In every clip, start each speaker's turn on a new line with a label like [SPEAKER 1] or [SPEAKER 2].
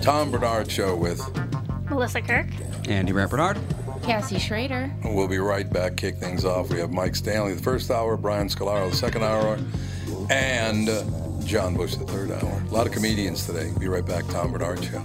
[SPEAKER 1] Tom Bernard Show with.
[SPEAKER 2] Melissa Kirk.
[SPEAKER 3] Andy Rappernard.
[SPEAKER 4] Cassie Schrader.
[SPEAKER 1] We'll be right back, kick things off. We have Mike Stanley the first hour, Brian Scalaro the second hour, and uh, John Bush the third hour. A lot of comedians today. Be right back, Tom Bernard Show.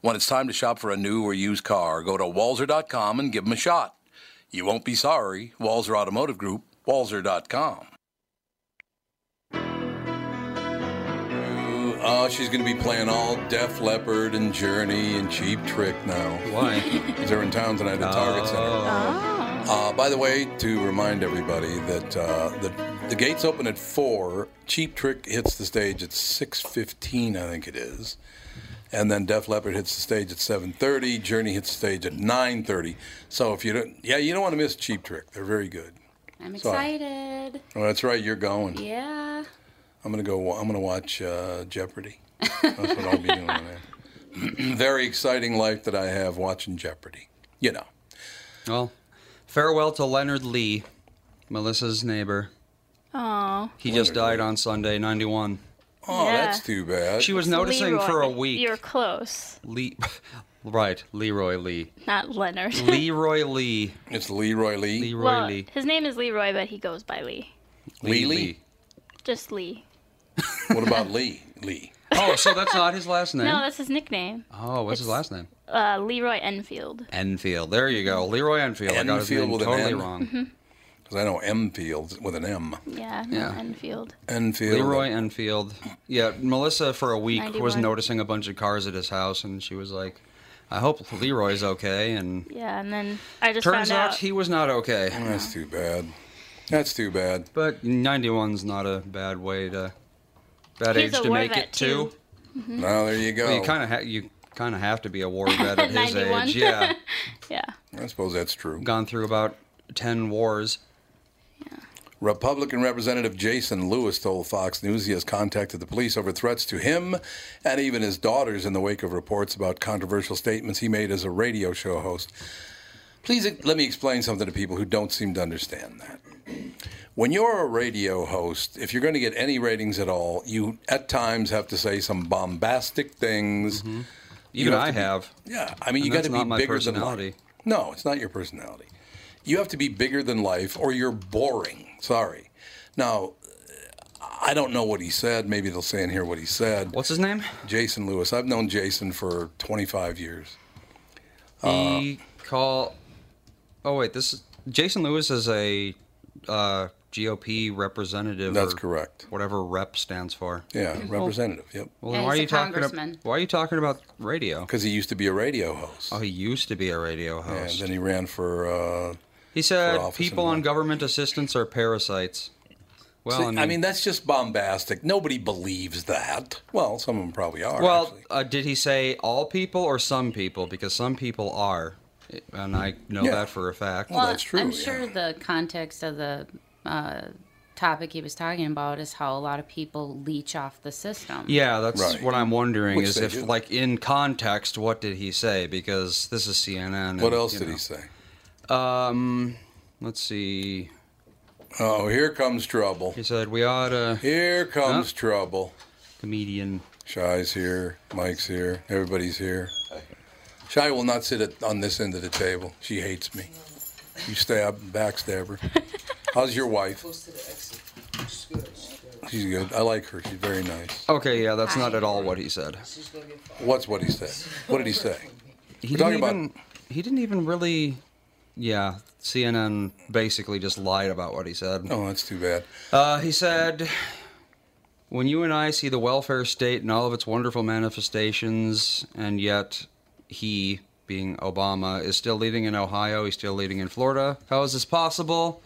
[SPEAKER 1] When it's time to shop for a new or used car, go to walzer.com and give them a shot. You won't be sorry. Walzer Automotive Group, walzer.com. Oh, she's going to be playing all Def Leppard and Journey and Cheap Trick now.
[SPEAKER 3] Why?
[SPEAKER 1] They're in town tonight at Target Center. Uh, by the way, to remind everybody that uh, the, the gates open at four. Cheap Trick hits the stage at six fifteen, I think it is, and then Def Leppard hits the stage at seven thirty. Journey hits the stage at nine thirty. So if you don't, yeah, you don't want to miss Cheap Trick. They're very good.
[SPEAKER 4] I'm
[SPEAKER 1] Sorry.
[SPEAKER 4] excited.
[SPEAKER 1] Well, that's right. You're going.
[SPEAKER 4] Yeah.
[SPEAKER 1] I'm gonna go. I'm gonna watch uh, Jeopardy. That's what I'll be doing. Man. very exciting life that I have watching Jeopardy. You know.
[SPEAKER 3] Well, farewell to Leonard Lee, Melissa's neighbor.
[SPEAKER 2] Oh,
[SPEAKER 3] He just died on Sunday, 91.
[SPEAKER 1] Oh,
[SPEAKER 2] Yeah.
[SPEAKER 1] that's too bad.
[SPEAKER 3] She was noticing
[SPEAKER 2] Leroy,
[SPEAKER 3] for a week.
[SPEAKER 2] You're close,
[SPEAKER 3] Lee, right, Leroy Lee.
[SPEAKER 2] not Leonard.
[SPEAKER 3] Leroy Lee.
[SPEAKER 1] It's Leroy Lee.
[SPEAKER 3] Leroy
[SPEAKER 2] well,
[SPEAKER 3] Lee.
[SPEAKER 2] his name is Leroy, but he goes by Lee.
[SPEAKER 1] Lee Lee?
[SPEAKER 2] Just Lee.
[SPEAKER 1] What about Lee? Lee.
[SPEAKER 3] Oh, so that's not his last name.
[SPEAKER 2] No, that's his nickname.
[SPEAKER 3] oh, what's his last name?
[SPEAKER 2] Uh, Leroy Enfield.
[SPEAKER 3] Enfield. There you go. Leroy Enfield. I got his
[SPEAKER 1] Enfield
[SPEAKER 3] name
[SPEAKER 1] with an
[SPEAKER 3] totally
[SPEAKER 1] N.
[SPEAKER 3] wrong.
[SPEAKER 1] Because I know M Fields with an M.
[SPEAKER 2] Yeah,
[SPEAKER 3] Yeah.
[SPEAKER 2] Enfield.
[SPEAKER 1] Enfield.
[SPEAKER 3] Leroy Enfield. Yeah, Melissa for a week was
[SPEAKER 2] 91.
[SPEAKER 3] noticing a bunch of cars at his house, and she was like, "I hope Leroy's okay." And
[SPEAKER 2] Yeah, and then I just
[SPEAKER 3] turns
[SPEAKER 2] found
[SPEAKER 3] out
[SPEAKER 2] out.
[SPEAKER 3] he was not okay.
[SPEAKER 1] That's too bad. That's too bad.
[SPEAKER 3] But 91's not a bad way to bad
[SPEAKER 2] He's
[SPEAKER 3] age
[SPEAKER 2] a
[SPEAKER 3] to
[SPEAKER 2] war
[SPEAKER 3] make
[SPEAKER 2] vet,
[SPEAKER 3] it too.
[SPEAKER 1] Now there you go.
[SPEAKER 3] But You kind of ha- you kind of have to be a war vet at his
[SPEAKER 2] 91.
[SPEAKER 3] age. Yeah,
[SPEAKER 2] yeah,
[SPEAKER 1] I suppose that's true.
[SPEAKER 3] gone through about ten wars.
[SPEAKER 1] Republican Representative Jason Lewis told Fox News he has contacted the police over threats to him and even his daughters in the wake of reports about controversial statements he made as a radio show host. Please e- let me explain something to people who don't seem to understand that. When you're a radio host, if you're going to get any ratings at all, you at times have to say some bombastic things.
[SPEAKER 3] Even
[SPEAKER 1] have
[SPEAKER 3] I
[SPEAKER 1] to be-
[SPEAKER 3] have.
[SPEAKER 1] Yeah, I mean, you got
[SPEAKER 3] that's
[SPEAKER 1] to be
[SPEAKER 3] not my
[SPEAKER 1] bigger than life.
[SPEAKER 3] personality.
[SPEAKER 1] No, it's not your personality. You have to be bigger than life, or you're boring. Sorry. Now, I don't know what he said. Maybe they'll say in here what he said.
[SPEAKER 3] What's his name?
[SPEAKER 1] Jason Lewis. I've known Jason for 25 years.
[SPEAKER 3] He call. Oh wait, this is... Jason Lewis is a uh, GOP representative.
[SPEAKER 1] That's
[SPEAKER 3] or
[SPEAKER 1] correct.
[SPEAKER 3] Whatever rep stands for.
[SPEAKER 1] Yeah, representative. Yep.
[SPEAKER 3] Well,
[SPEAKER 4] Yeah,
[SPEAKER 3] then why are
[SPEAKER 4] he's a
[SPEAKER 3] you talking?
[SPEAKER 4] congressman.
[SPEAKER 3] About, why are you talking about radio?
[SPEAKER 1] Because he used to be a radio host.
[SPEAKER 3] Oh, he used to be a radio
[SPEAKER 1] and
[SPEAKER 3] host.
[SPEAKER 1] then he ran for. Uh,
[SPEAKER 3] he
[SPEAKER 1] for
[SPEAKER 3] said
[SPEAKER 1] office
[SPEAKER 3] people
[SPEAKER 1] and-
[SPEAKER 3] on government assistance are parasites. Well,
[SPEAKER 1] see,
[SPEAKER 3] I mean,
[SPEAKER 1] I mean, that's just bombastic. Nobody believes that. Well, some of them probably are.
[SPEAKER 3] well,
[SPEAKER 1] actually.
[SPEAKER 3] uh, did he say all people or some people? Because some people are, and I know
[SPEAKER 1] Yeah.
[SPEAKER 3] that for a fact.
[SPEAKER 1] Well, that's true,
[SPEAKER 4] I'm
[SPEAKER 1] yeah.
[SPEAKER 4] sure the context of the uh, topic he was talking about is how a lot of people leech off the system.
[SPEAKER 3] Yeah, that's
[SPEAKER 1] Right.
[SPEAKER 3] what I'm wondering
[SPEAKER 1] Which
[SPEAKER 3] is
[SPEAKER 1] they
[SPEAKER 3] if,
[SPEAKER 1] do.
[SPEAKER 3] like, in context, what did he say? Because this is CNN. and,
[SPEAKER 1] what else
[SPEAKER 3] you
[SPEAKER 1] did
[SPEAKER 3] know.
[SPEAKER 1] he say?
[SPEAKER 3] Um, let's see.
[SPEAKER 1] Oh, here comes trouble.
[SPEAKER 3] He said we ought to
[SPEAKER 1] Here comes
[SPEAKER 3] Huh?
[SPEAKER 1] trouble.
[SPEAKER 3] comedian.
[SPEAKER 1] Shy's here. Mike's here. Everybody's here. Shy will not sit at, on this end of the table. She hates me. You stab, backstab her. How's your wife? She's good. I like her. She's very nice.
[SPEAKER 3] Okay, yeah, that's not at all what he said.
[SPEAKER 1] What's what he said? What did he say?
[SPEAKER 3] He didn't
[SPEAKER 1] We're talking about-
[SPEAKER 3] even. He didn't even really. Yeah, CNN basically just lied about what he said.
[SPEAKER 1] Oh, that's too bad.
[SPEAKER 3] Uh, he said, "When you and I see the welfare state and all of its wonderful manifestations, and yet he, being Obama, is still leading in Ohio. He's still leading in Florida. How is this possible?"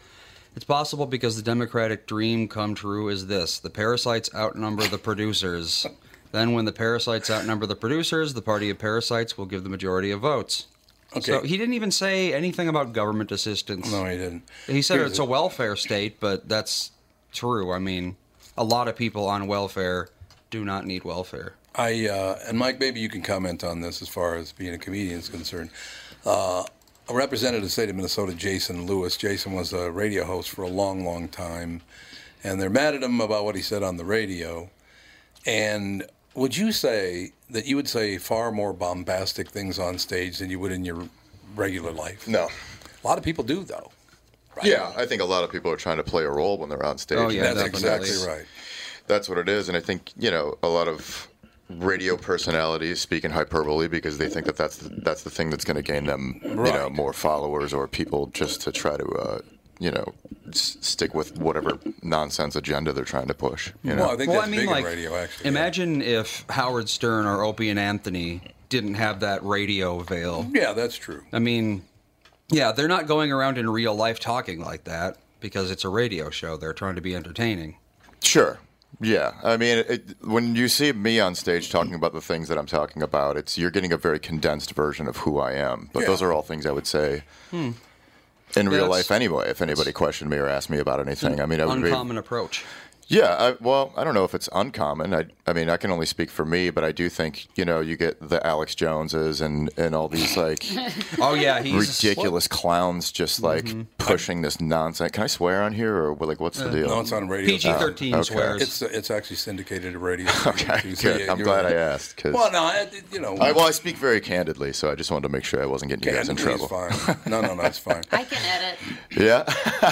[SPEAKER 3] It's possible because the Democratic dream come true is this the parasites outnumber the producers. Then, when the parasites outnumber the producers, the party of parasites will give the majority of votes.
[SPEAKER 1] Okay.
[SPEAKER 3] So, he didn't even say anything about government assistance.
[SPEAKER 1] no, he didn't.
[SPEAKER 3] He said
[SPEAKER 1] Here's
[SPEAKER 3] it's
[SPEAKER 1] the-
[SPEAKER 3] a welfare state, but that's true. I mean, a lot of people on welfare do not need welfare.
[SPEAKER 1] I uh, and Mike, maybe you can comment on this as far as being a comedian is concerned. Uh, a representative of the state of Minnesota, Jason Lewis. Jason was a radio host for a long, long time, and they're mad at him about what he said on the radio. And would you say that you would say far more bombastic things on stage than you would in your regular life?
[SPEAKER 5] No.
[SPEAKER 1] A lot of people do, though. Right?
[SPEAKER 5] Yeah, I think a lot of people are trying to play a role when they're on stage.
[SPEAKER 3] Oh, yeah,
[SPEAKER 1] that's
[SPEAKER 3] definitely.
[SPEAKER 1] exactly right.
[SPEAKER 5] that's what it is. And I think you know a lot of radio personalities speak in hyperbole because they think that that's the, that's the thing that's going to gain them you know
[SPEAKER 1] Right.
[SPEAKER 5] more followers or people just to try to uh, you know s- stick with whatever nonsense agenda they're trying to push. You know?
[SPEAKER 1] Well, I think
[SPEAKER 3] well,
[SPEAKER 1] that's
[SPEAKER 3] I mean,
[SPEAKER 1] big
[SPEAKER 3] like,
[SPEAKER 1] in radio, actually.
[SPEAKER 3] imagine if Howard Stern or Opie and Anthony didn't have that radio veil.
[SPEAKER 1] Yeah, that's true.
[SPEAKER 3] I mean, yeah, they're not going around in real life talking like that because it's a radio show. They're trying to be entertaining.
[SPEAKER 5] Sure. Yeah. I mean, it, when you see me on stage talking about the things that I'm talking about, it's you're getting a very condensed version of who I am. But
[SPEAKER 1] Yeah. Hmm.
[SPEAKER 5] those are all things I would say in
[SPEAKER 3] Yeah,
[SPEAKER 5] real
[SPEAKER 3] that's-
[SPEAKER 5] life anyway. If anybody questioned me or asked me about anything, I mean, I would be
[SPEAKER 3] Uncommon approach.
[SPEAKER 5] yeah, I, well, I don't know if it's uncommon. I, I mean, I can only speak for me, but I do think you know you get the Alex Joneses and and all these like
[SPEAKER 3] Oh yeah, he's
[SPEAKER 5] ridiculous clowns just like
[SPEAKER 1] Mm-hmm.
[SPEAKER 5] pushing this nonsense. Can I swear on here or like what's the deal?
[SPEAKER 1] Uh, No, it's on radio.
[SPEAKER 3] PG thirteen
[SPEAKER 5] Oh, okay.
[SPEAKER 3] swears.
[SPEAKER 1] It's it's actually syndicated at radio.
[SPEAKER 5] okay,
[SPEAKER 1] You see,
[SPEAKER 5] good. I'm
[SPEAKER 1] you're-
[SPEAKER 5] glad I asked. 'cause-
[SPEAKER 1] Well, no, it- it- you know.
[SPEAKER 5] I, well, I speak very candidly, so I just wanted to make sure I wasn't getting you guys in
[SPEAKER 1] Anthony's
[SPEAKER 5] trouble.
[SPEAKER 1] Fine. No, no, no, it's fine.
[SPEAKER 4] I can edit.
[SPEAKER 5] Yeah?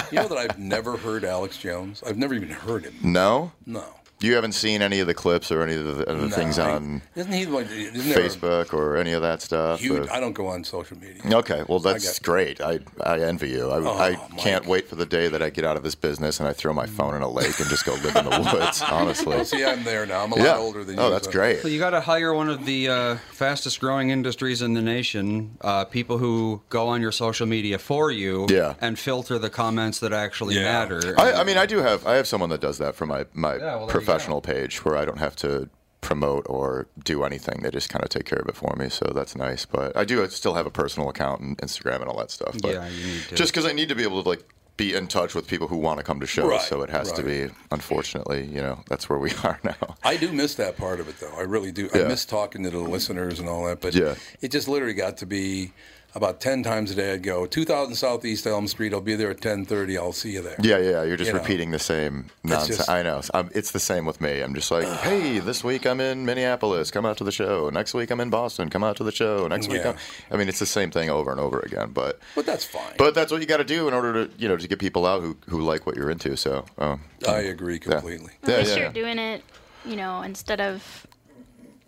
[SPEAKER 1] You know that I've never heard Alex Jones. I've never even heard him.
[SPEAKER 5] no?
[SPEAKER 1] No.
[SPEAKER 5] You haven't seen any of the clips or any of the, of the
[SPEAKER 1] No,
[SPEAKER 5] things
[SPEAKER 1] I-
[SPEAKER 5] on
[SPEAKER 1] Isn't he the one? Isn't there a
[SPEAKER 5] Facebook or any of that stuff?
[SPEAKER 1] Huge.
[SPEAKER 5] or-
[SPEAKER 1] I don't go on social media.
[SPEAKER 5] Okay, well that's
[SPEAKER 1] got- Oh
[SPEAKER 5] great. I I envy you. I, I
[SPEAKER 1] Mike.
[SPEAKER 5] can't wait for the day that I get out of this business and I throw my phone in a lake and just go live in the woods. Honestly,
[SPEAKER 1] See, I'm there now. I'm a lot
[SPEAKER 5] yeah.
[SPEAKER 1] older than you.
[SPEAKER 5] oh, that's
[SPEAKER 1] so-
[SPEAKER 5] great.
[SPEAKER 3] So you got to hire one of the uh, fastest growing industries in the nation, uh, people who go on your social media for you
[SPEAKER 5] Yeah.
[SPEAKER 3] and filter the comments that actually
[SPEAKER 1] Yeah.
[SPEAKER 3] matter.
[SPEAKER 5] I, I mean, I do have I have someone that does that for my my
[SPEAKER 3] well, there you go.
[SPEAKER 5] professional page where I don't have to promote or do anything. They just kind of take care of it for me, so that's nice. But I do still have a personal account and Instagram and all that stuff. But
[SPEAKER 3] Yeah, you need to.
[SPEAKER 5] just because I need to be able to like be in touch with people who want to come to shows,
[SPEAKER 1] Right,
[SPEAKER 5] so it has to
[SPEAKER 1] right.
[SPEAKER 5] be unfortunately, you know, that's where we are now.
[SPEAKER 1] I do miss that part of it, though. I really do. I
[SPEAKER 5] Yeah.
[SPEAKER 1] miss talking to the listeners and all that. But
[SPEAKER 5] Yeah.
[SPEAKER 1] it just literally got to be about ten times a day. I'd go 2,000 Southeast Elm Street. I'll be there at 10:30. I'll see you there.
[SPEAKER 5] Yeah, yeah, you're just
[SPEAKER 1] You know.
[SPEAKER 5] repeating the same nonsense.
[SPEAKER 1] just-
[SPEAKER 5] I know. i it's the same with me. I'm just like, hey, this week I'm in Minneapolis, come out to the show. Next week I'm in Boston, come out to the show. Next week,
[SPEAKER 1] Yeah.
[SPEAKER 5] I'm, I mean, it's the same thing over and over again. But
[SPEAKER 1] But that's fine.
[SPEAKER 5] but that's what you got to do in order to you know to get people out who, who like what you're into. So um,
[SPEAKER 1] I agree completely.
[SPEAKER 2] At least
[SPEAKER 5] yeah.
[SPEAKER 2] you're doing it, you know, instead of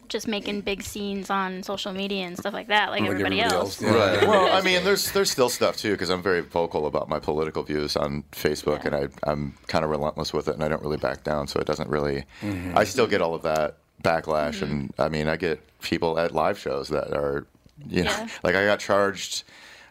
[SPEAKER 2] just making big scenes on social media and stuff like that, like,
[SPEAKER 1] Like
[SPEAKER 2] everybody, else.
[SPEAKER 1] yeah.
[SPEAKER 3] Right.
[SPEAKER 5] well, I mean, there's there's still stuff too because I'm very vocal about my political views on Facebook, and I I'm kind of relentless with it, and I don't really back down. So it doesn't really.
[SPEAKER 1] Mm-hmm.
[SPEAKER 5] I still get all of that backlash, and I mean, I get people at live shows that are, you know,
[SPEAKER 2] Yeah.
[SPEAKER 5] like I got charged.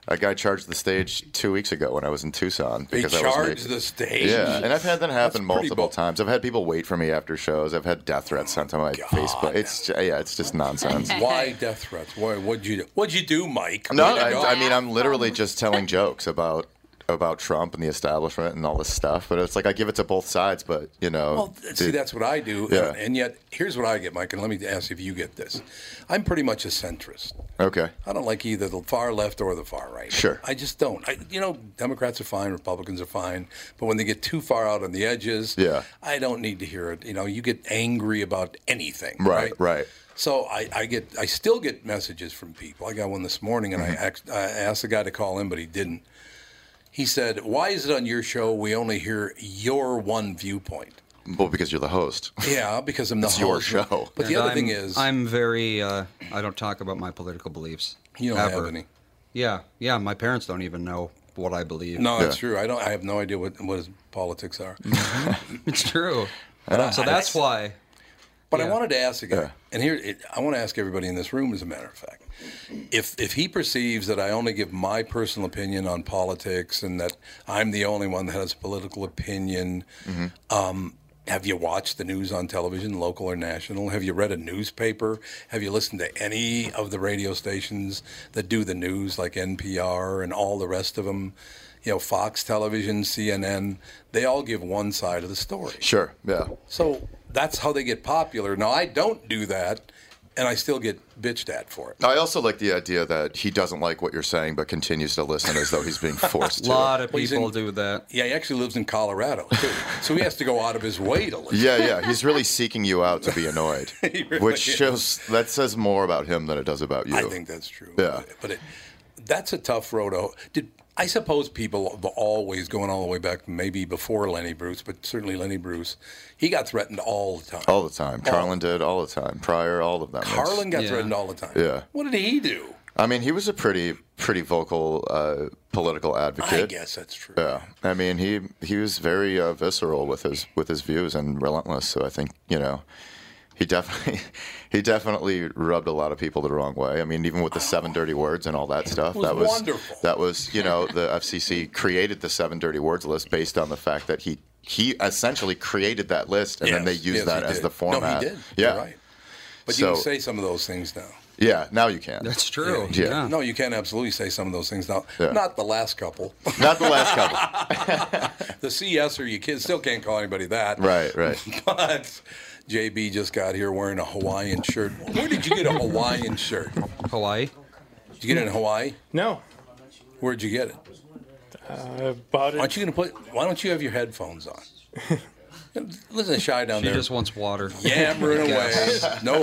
[SPEAKER 5] A guy charged the stage two weeks ago when I was in Tucson I
[SPEAKER 1] They
[SPEAKER 5] was
[SPEAKER 1] charge
[SPEAKER 5] making-
[SPEAKER 1] the stage.
[SPEAKER 5] yeah, and I've had that happen
[SPEAKER 1] That's pretty
[SPEAKER 5] multiple
[SPEAKER 1] bold.
[SPEAKER 5] times. I've had people wait for me after shows. I've had death threats sent to
[SPEAKER 1] Oh
[SPEAKER 5] my Facebook. It's ju- yeah, it's just nonsense.
[SPEAKER 1] Why death threats? Why? What'd you do? What'd you do, Mike?
[SPEAKER 5] No,
[SPEAKER 1] What'd you do?
[SPEAKER 5] I, I mean I'm literally just telling jokes about about Trump and the establishment and all this stuff. But it's like I give it to both sides. But you know,
[SPEAKER 1] Well, th- see,
[SPEAKER 5] it-
[SPEAKER 1] that's what I do.
[SPEAKER 5] Yeah.
[SPEAKER 1] And, and yet, here's what I get, Mike. And let me ask if you get this. I'm pretty much a centrist.
[SPEAKER 5] okay.
[SPEAKER 1] I don't like either the far left or the far right.
[SPEAKER 5] Sure.
[SPEAKER 1] I just don't. I, you know, Democrats are fine, Republicans are fine, but when they get too far out on the edges,
[SPEAKER 5] Yeah.
[SPEAKER 1] I don't need to hear it. You know, you get angry about anything.
[SPEAKER 5] Right, right.
[SPEAKER 1] So I, I get, I still get messages from people. I got one this morning, and
[SPEAKER 5] Mm-hmm.
[SPEAKER 1] I, asked, I asked the guy to call in, but he didn't. He said, "Why is it on your show we only hear your one viewpoint?"
[SPEAKER 5] Well, because you're the host.
[SPEAKER 1] Yeah, because I'm the
[SPEAKER 5] It's
[SPEAKER 1] host.
[SPEAKER 5] your show.
[SPEAKER 1] But the other
[SPEAKER 3] I'm,
[SPEAKER 1] thing is,
[SPEAKER 3] I'm very. Uh, I don't talk about my political beliefs.
[SPEAKER 1] you don't
[SPEAKER 3] ever.
[SPEAKER 1] have any.
[SPEAKER 3] Yeah, yeah. My parents don't even know what I believe.
[SPEAKER 1] No,
[SPEAKER 5] Yeah.
[SPEAKER 1] it's true. I don't. I have no idea what what his politics are.
[SPEAKER 3] it's true. so
[SPEAKER 1] I-
[SPEAKER 3] that's why.
[SPEAKER 1] But I
[SPEAKER 3] Yeah.
[SPEAKER 1] wanted to ask again,
[SPEAKER 5] Yeah.
[SPEAKER 1] and here it, I want to ask everybody in this room, as a matter of fact, if if he perceives that I only give my personal opinion on politics and that I'm the only one that has political opinion, um, have you watched the news on television, local or national? Have you read a newspaper? Have you listened to any of the radio stations that do the news, like NPR and all the rest of them? You know, Fox Television, CNN, they all give one side of the story.
[SPEAKER 5] Sure. Yeah.
[SPEAKER 1] So that's how they get popular. Now I don't do that, and I still get bitched at for it.
[SPEAKER 5] I also like the idea that he doesn't like what you're saying, but continues to listen as though he's being forced
[SPEAKER 3] A
[SPEAKER 5] to.
[SPEAKER 3] lot of
[SPEAKER 1] Well, he's in-
[SPEAKER 3] people do that.
[SPEAKER 1] Yeah, he actually lives in Colorado too, so he has to go out of his way to listen.
[SPEAKER 5] Yeah, yeah. He's really seeking you out to be annoyed,
[SPEAKER 1] really
[SPEAKER 5] which
[SPEAKER 1] is.
[SPEAKER 5] shows that says more about him than it does about you.
[SPEAKER 1] I think that's true.
[SPEAKER 5] Yeah.
[SPEAKER 1] but it, that's a tough road. To, did I suppose people have always going all the way back, maybe before Lenny Bruce, but certainly Lenny Bruce, he got threatened all the time.
[SPEAKER 5] all the time. Carlin did all the time. Pryor, all of them. It's-
[SPEAKER 1] Harlan got
[SPEAKER 3] Yeah.
[SPEAKER 1] threatened all the time.
[SPEAKER 5] Yeah.
[SPEAKER 1] What did he do?
[SPEAKER 5] I mean, he was a pretty pretty vocal uh, political advocate.
[SPEAKER 1] I guess that's true.
[SPEAKER 5] Yeah, I mean he he was very uh, visceral with his with his views and relentless. So I think you know he definitely he definitely rubbed a lot of people the wrong way. I mean, even with the seven dirty words and all that stuff,
[SPEAKER 1] was
[SPEAKER 5] that was
[SPEAKER 1] wonderful.
[SPEAKER 5] That was you know the FCC created the seven dirty words list based on the fact that he he essentially created that list and then they
[SPEAKER 1] Yes,
[SPEAKER 5] used
[SPEAKER 1] yes,
[SPEAKER 5] that
[SPEAKER 1] he
[SPEAKER 5] as
[SPEAKER 1] did.
[SPEAKER 5] the format.
[SPEAKER 1] No, he did.
[SPEAKER 5] Yeah,
[SPEAKER 1] You're right. But you
[SPEAKER 5] So-
[SPEAKER 1] can say some of those things now.
[SPEAKER 5] yeah. Now you can.
[SPEAKER 3] That's true.
[SPEAKER 5] Yeah.
[SPEAKER 3] Yeah.
[SPEAKER 1] No, you can absolutely say some of those things now.
[SPEAKER 5] Yeah.
[SPEAKER 1] Not the last couple.
[SPEAKER 5] Not the last couple.
[SPEAKER 1] the CS or you kids still can't call anybody that.
[SPEAKER 5] right. Right.
[SPEAKER 1] But JB just got here wearing a Hawaiian shirt. Where did you get a Hawaiian shirt?
[SPEAKER 3] Hawaii.
[SPEAKER 1] Did you get it in Hawaii?
[SPEAKER 6] No,
[SPEAKER 1] Whered you get it?
[SPEAKER 7] Uh,
[SPEAKER 6] I bought
[SPEAKER 1] Why
[SPEAKER 6] it.
[SPEAKER 1] don't you gonna put? Why don't you have your headphones on? Listen to Shy down
[SPEAKER 3] She
[SPEAKER 1] there.
[SPEAKER 3] just wants water.
[SPEAKER 1] Yammering away, no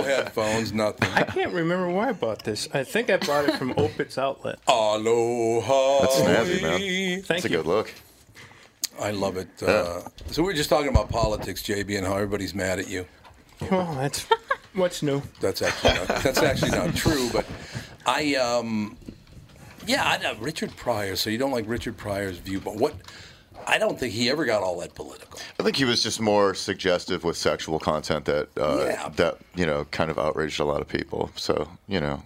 [SPEAKER 1] headphones, nothing.
[SPEAKER 6] I can't remember where I bought this. I think I bought it from Opitz Outlet.
[SPEAKER 1] Aloha.
[SPEAKER 5] That's snazzy, man.
[SPEAKER 6] Thank
[SPEAKER 5] That's a
[SPEAKER 6] you.
[SPEAKER 5] good look.
[SPEAKER 1] I love it. Uh, so we were just talking about politics, JB, and how everybody's mad at you.
[SPEAKER 6] Well, Oh, that's what's new.
[SPEAKER 1] That's actually not, that's actually not true. But I, um, yeah, I, uh, Richard Pryor. So you don't like Richard Pryor's view, but what? I don't think he ever got all that political.
[SPEAKER 5] I think he was just more suggestive with sexual content that uh,
[SPEAKER 1] Yeah.
[SPEAKER 5] that you know kind of outraged a lot of people. So you know,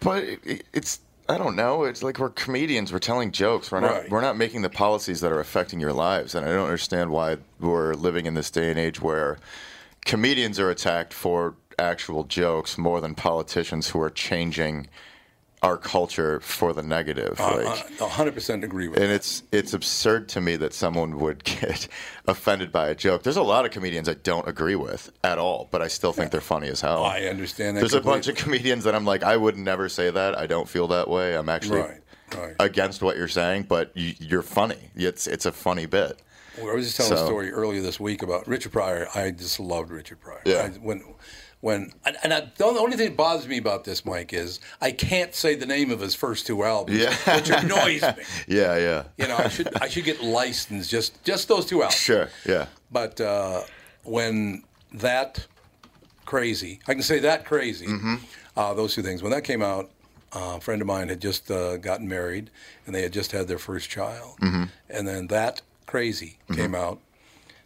[SPEAKER 5] but it, it's I don't know. It's like we're comedians. We're telling jokes. We're not
[SPEAKER 1] Right.
[SPEAKER 5] we're not making the policies that are affecting your lives. And I don't understand why we're living in this day and age where comedians are attacked for actual jokes more than politicians who are changing our culture for the negative.
[SPEAKER 1] Uh,
[SPEAKER 5] like,
[SPEAKER 1] hundred percent agree with.
[SPEAKER 5] and
[SPEAKER 1] that.
[SPEAKER 5] it's it's absurd to me that someone would get offended by a joke. There's a lot of comedians I don't agree with at all, but I still think they're funny as hell.
[SPEAKER 1] I understand that.
[SPEAKER 5] There's a bunch of comedians that I'm like, I would never say that. I don't feel that way. I'm actually
[SPEAKER 1] Right, right.
[SPEAKER 5] against what you're saying, but you, you're funny. It's it's a funny bit.
[SPEAKER 1] Well, I was just telling
[SPEAKER 5] So-
[SPEAKER 1] a story earlier this week about Richard Pryor. I just loved Richard Pryor.
[SPEAKER 5] Yeah.
[SPEAKER 1] I, when, when, and, and I, the only thing that bothers me about this, Mike, is I can't say the name of his first two albums,
[SPEAKER 5] Yeah.
[SPEAKER 1] which annoys me.
[SPEAKER 5] Yeah, yeah,
[SPEAKER 1] You know, I should I should get licensed just just those two albums.
[SPEAKER 5] sure, yeah,
[SPEAKER 1] But uh, when uh, that crazy. I can say that crazy. Uh, those two things. When that came out, uh, a friend of mine had just uh, gotten married and they had just had their first child. And then that crazy came out.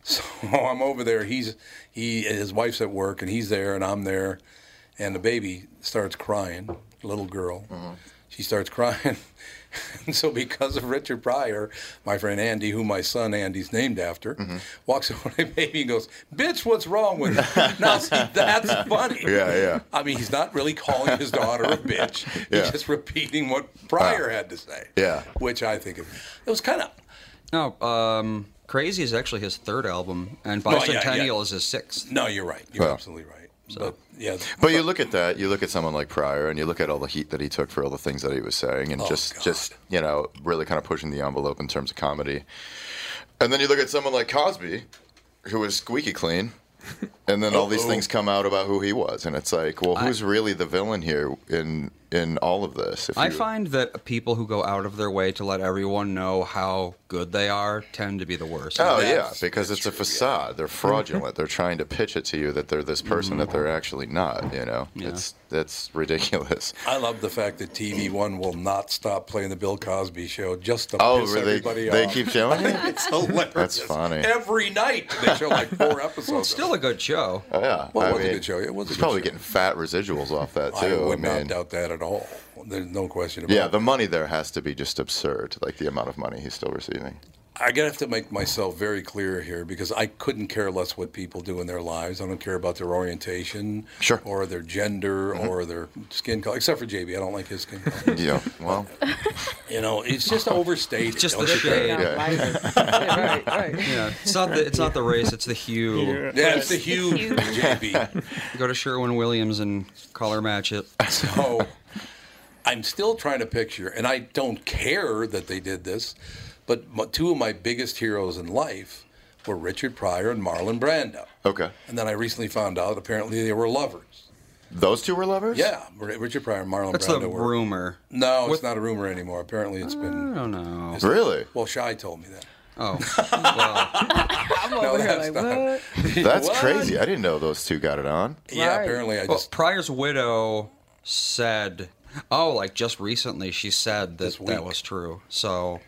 [SPEAKER 1] So I'm over there. He's he his wife's at work and he's there and I'm there, and the baby starts crying. Little girl, she starts crying. And so, because of Richard Pryor, my friend Andy, who my son Andy's named after, walks over to the baby and goes, "Bitch, what's wrong with you?" Now, see, that's funny.
[SPEAKER 5] Yeah, yeah.
[SPEAKER 1] I mean, he's not really calling his daughter a bitch.
[SPEAKER 5] Yeah.
[SPEAKER 1] He's just repeating what Pryor had to say.
[SPEAKER 5] Yeah.
[SPEAKER 1] which I think is, it was kind of
[SPEAKER 3] No, um, Crazy is actually his third album, and
[SPEAKER 1] yeah, yeah.
[SPEAKER 3] Bicentennial is his sixth.
[SPEAKER 1] no. You're right. You're
[SPEAKER 5] Well.
[SPEAKER 1] absolutely right. But yeah,
[SPEAKER 5] But you look at that, you look at someone like Pryor, and you look at all the heat that he took for all the things that he was saying, and
[SPEAKER 1] Oh,
[SPEAKER 5] just,
[SPEAKER 1] God.
[SPEAKER 5] just you know, really kind of pushing the envelope in terms of comedy. And then you look at someone like Cosby, who was squeaky clean, and then all these things come out about who he was, and it's like, well, who's really the villain here in in all of this? If
[SPEAKER 3] I
[SPEAKER 5] you-
[SPEAKER 3] find that people who go out of their way to let everyone know how good they are tend to be the worst.
[SPEAKER 5] Oh yeah,
[SPEAKER 1] That's
[SPEAKER 5] because it's a facade. They're fraudulent. They're trying to pitch it to you that they're this person that they're actually not. You know, it's that's ridiculous.
[SPEAKER 1] I love the fact that TV One will not stop playing the Bill Cosby Show just to
[SPEAKER 5] Oh,
[SPEAKER 1] piss
[SPEAKER 5] they,
[SPEAKER 1] everybody
[SPEAKER 5] they
[SPEAKER 1] off.
[SPEAKER 5] keep showing it.
[SPEAKER 1] it's hilarious.
[SPEAKER 5] That's funny.
[SPEAKER 1] Every night they show like four episodes.
[SPEAKER 3] Well, it's still a good show.
[SPEAKER 5] Oh, yeah,
[SPEAKER 1] Well, it
[SPEAKER 5] I
[SPEAKER 1] was a
[SPEAKER 5] mean,
[SPEAKER 1] good show. It was a
[SPEAKER 5] he's
[SPEAKER 1] good
[SPEAKER 5] probably
[SPEAKER 1] show.
[SPEAKER 5] getting fat residuals off that too.
[SPEAKER 1] I would
[SPEAKER 5] mean,
[SPEAKER 1] not doubt that at all. There's no question about
[SPEAKER 5] yeah,
[SPEAKER 1] it.
[SPEAKER 5] the money there has to be just absurd. Like the amount of money he's still receiving.
[SPEAKER 1] I gotta have to make myself very clear here because I couldn't care less what people do in their lives. I don't care about their orientation,
[SPEAKER 5] Sure.
[SPEAKER 1] or their gender, or their skin color. Except for JB, I don't like his skin color.
[SPEAKER 5] Yeah, well,
[SPEAKER 1] you know, it's just overstated.
[SPEAKER 3] Just
[SPEAKER 1] don't
[SPEAKER 3] the
[SPEAKER 1] you
[SPEAKER 3] shade.
[SPEAKER 1] think?
[SPEAKER 4] Yeah,
[SPEAKER 5] Yeah.
[SPEAKER 4] why is it- yeah, right, right.
[SPEAKER 3] Yeah, it's not the it's not the race. It's the hue.
[SPEAKER 1] Yeah, it's the huge
[SPEAKER 2] Huge.
[SPEAKER 1] JB.
[SPEAKER 3] Go to Sherwin Williams and color match it.
[SPEAKER 1] So I'm still trying to picture, and I don't care that they did this, but my, two of my biggest heroes in life were Richard Pryor and Marlon Brando.
[SPEAKER 5] okay.
[SPEAKER 1] And then I recently found out apparently they were lovers.
[SPEAKER 5] Those two were lovers.
[SPEAKER 1] Yeah, R- Richard Pryor and Marlon
[SPEAKER 3] That's
[SPEAKER 1] Brando
[SPEAKER 3] the
[SPEAKER 1] were.
[SPEAKER 3] rumor. Ah.
[SPEAKER 1] No, it's not a rumor anymore. Apparently it's
[SPEAKER 3] I
[SPEAKER 1] been.
[SPEAKER 3] don't know.
[SPEAKER 5] Really?
[SPEAKER 1] Well, Shy told me that.
[SPEAKER 3] Oh, well,
[SPEAKER 4] I'm
[SPEAKER 3] Oh,
[SPEAKER 1] No,
[SPEAKER 4] over here
[SPEAKER 1] that's
[SPEAKER 4] like,
[SPEAKER 1] not-
[SPEAKER 4] what?
[SPEAKER 5] That's
[SPEAKER 1] What?
[SPEAKER 5] crazy. I didn't know those two got it on.
[SPEAKER 1] Yeah,
[SPEAKER 4] Right.
[SPEAKER 1] apparently I
[SPEAKER 3] well,
[SPEAKER 1] just.
[SPEAKER 3] Pryor's widow said, "Oh, like just recently, she said that
[SPEAKER 1] This
[SPEAKER 3] that
[SPEAKER 1] week.
[SPEAKER 3] was true." So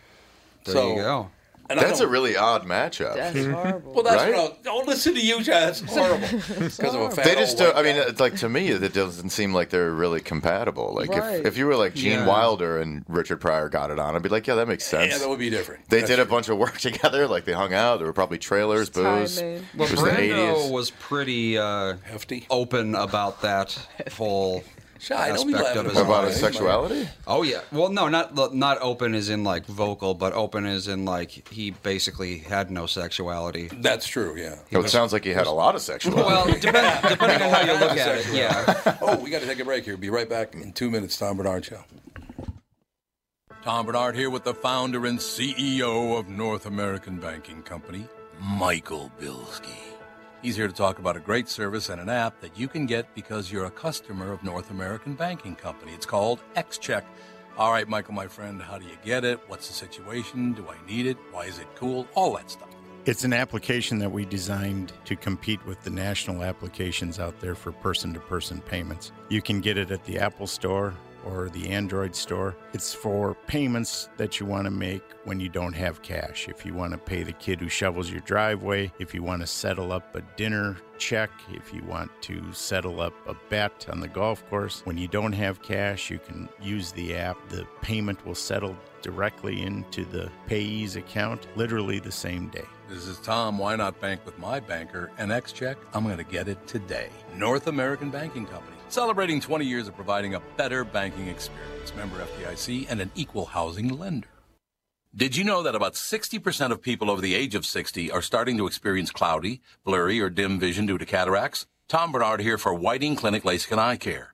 [SPEAKER 3] there
[SPEAKER 1] So-
[SPEAKER 3] you go.
[SPEAKER 1] and I
[SPEAKER 5] That's a
[SPEAKER 1] don't-
[SPEAKER 5] really odd matchup.
[SPEAKER 4] That's
[SPEAKER 1] Mm-hmm.
[SPEAKER 4] horrible.
[SPEAKER 1] Well, that's
[SPEAKER 5] right?
[SPEAKER 1] what I was, don't listen to you, John. That's horrible. Because of a fat
[SPEAKER 5] They
[SPEAKER 1] old
[SPEAKER 5] just
[SPEAKER 1] white
[SPEAKER 5] don't. I mean,
[SPEAKER 1] guy.
[SPEAKER 5] it's like to me, it doesn't seem like they're really compatible. Like
[SPEAKER 4] Right.
[SPEAKER 5] if, if you were like Gene
[SPEAKER 3] Yeah.
[SPEAKER 5] Wilder and Richard Pryor got it on, I'd be like, yeah, that makes sense.
[SPEAKER 1] yeah, that would be different.
[SPEAKER 5] they
[SPEAKER 1] That's
[SPEAKER 5] did a bunch of work together. Like they hung out. There were probably trailers, booze.
[SPEAKER 4] timing.
[SPEAKER 3] Well,
[SPEAKER 5] it was the
[SPEAKER 3] Brando
[SPEAKER 5] 80s.
[SPEAKER 3] was pretty uh,
[SPEAKER 1] hefty. Oh,
[SPEAKER 3] open about that whole.
[SPEAKER 1] Shy, don't be
[SPEAKER 3] aspect
[SPEAKER 1] laughing
[SPEAKER 3] of his
[SPEAKER 1] about
[SPEAKER 5] about
[SPEAKER 1] it.
[SPEAKER 5] his sexuality.
[SPEAKER 3] Oh yeah. Well, no, not not open as in like vocal, but open as in like he basically had no sexuality.
[SPEAKER 1] That's true. Yeah.
[SPEAKER 5] Oh, it sounds like he had a lot of sexuality.
[SPEAKER 3] Well, depend, depending on how you look at it, yeah.
[SPEAKER 1] oh, we got to take a break here. Be right back in two minutes. Tom Bernard Show. Tom Bernard here with the founder and CEO of North American Banking Company, Michael Bilski. He's here to talk about a great service and an app that you can get because you're a customer of North American Banking Company. It's called XCheck. All right, Michael, my friend, how do you get it? What's the situation? Do I need it? Why is it cool? All that stuff.
[SPEAKER 7] It's an application that we designed to compete with the national applications out there for person to person payments. You can get it at the Apple Store or the Android Store. It's for payments that you want to make when you don't have cash. If you want to pay the kid who shovels your driveway, if you want to settle up a dinner check, if you want to settle up a bet on the golf course, when you don't have cash, you can use the app. The payment will settle directly into the payee's account literally the same day.
[SPEAKER 1] This is Tom. Why not bank with my banker? And XCheck, I'm going to get it today. North American Banking Company, celebrating 20 years of providing a better banking experience. Member FDIC and an equal housing lender. Did you know that about 60% of people over the age of 60 are starting to experience cloudy, blurry, or dim vision due to cataracts? Tom Bernard here for Whiting Clinic LASIK and Eye Care.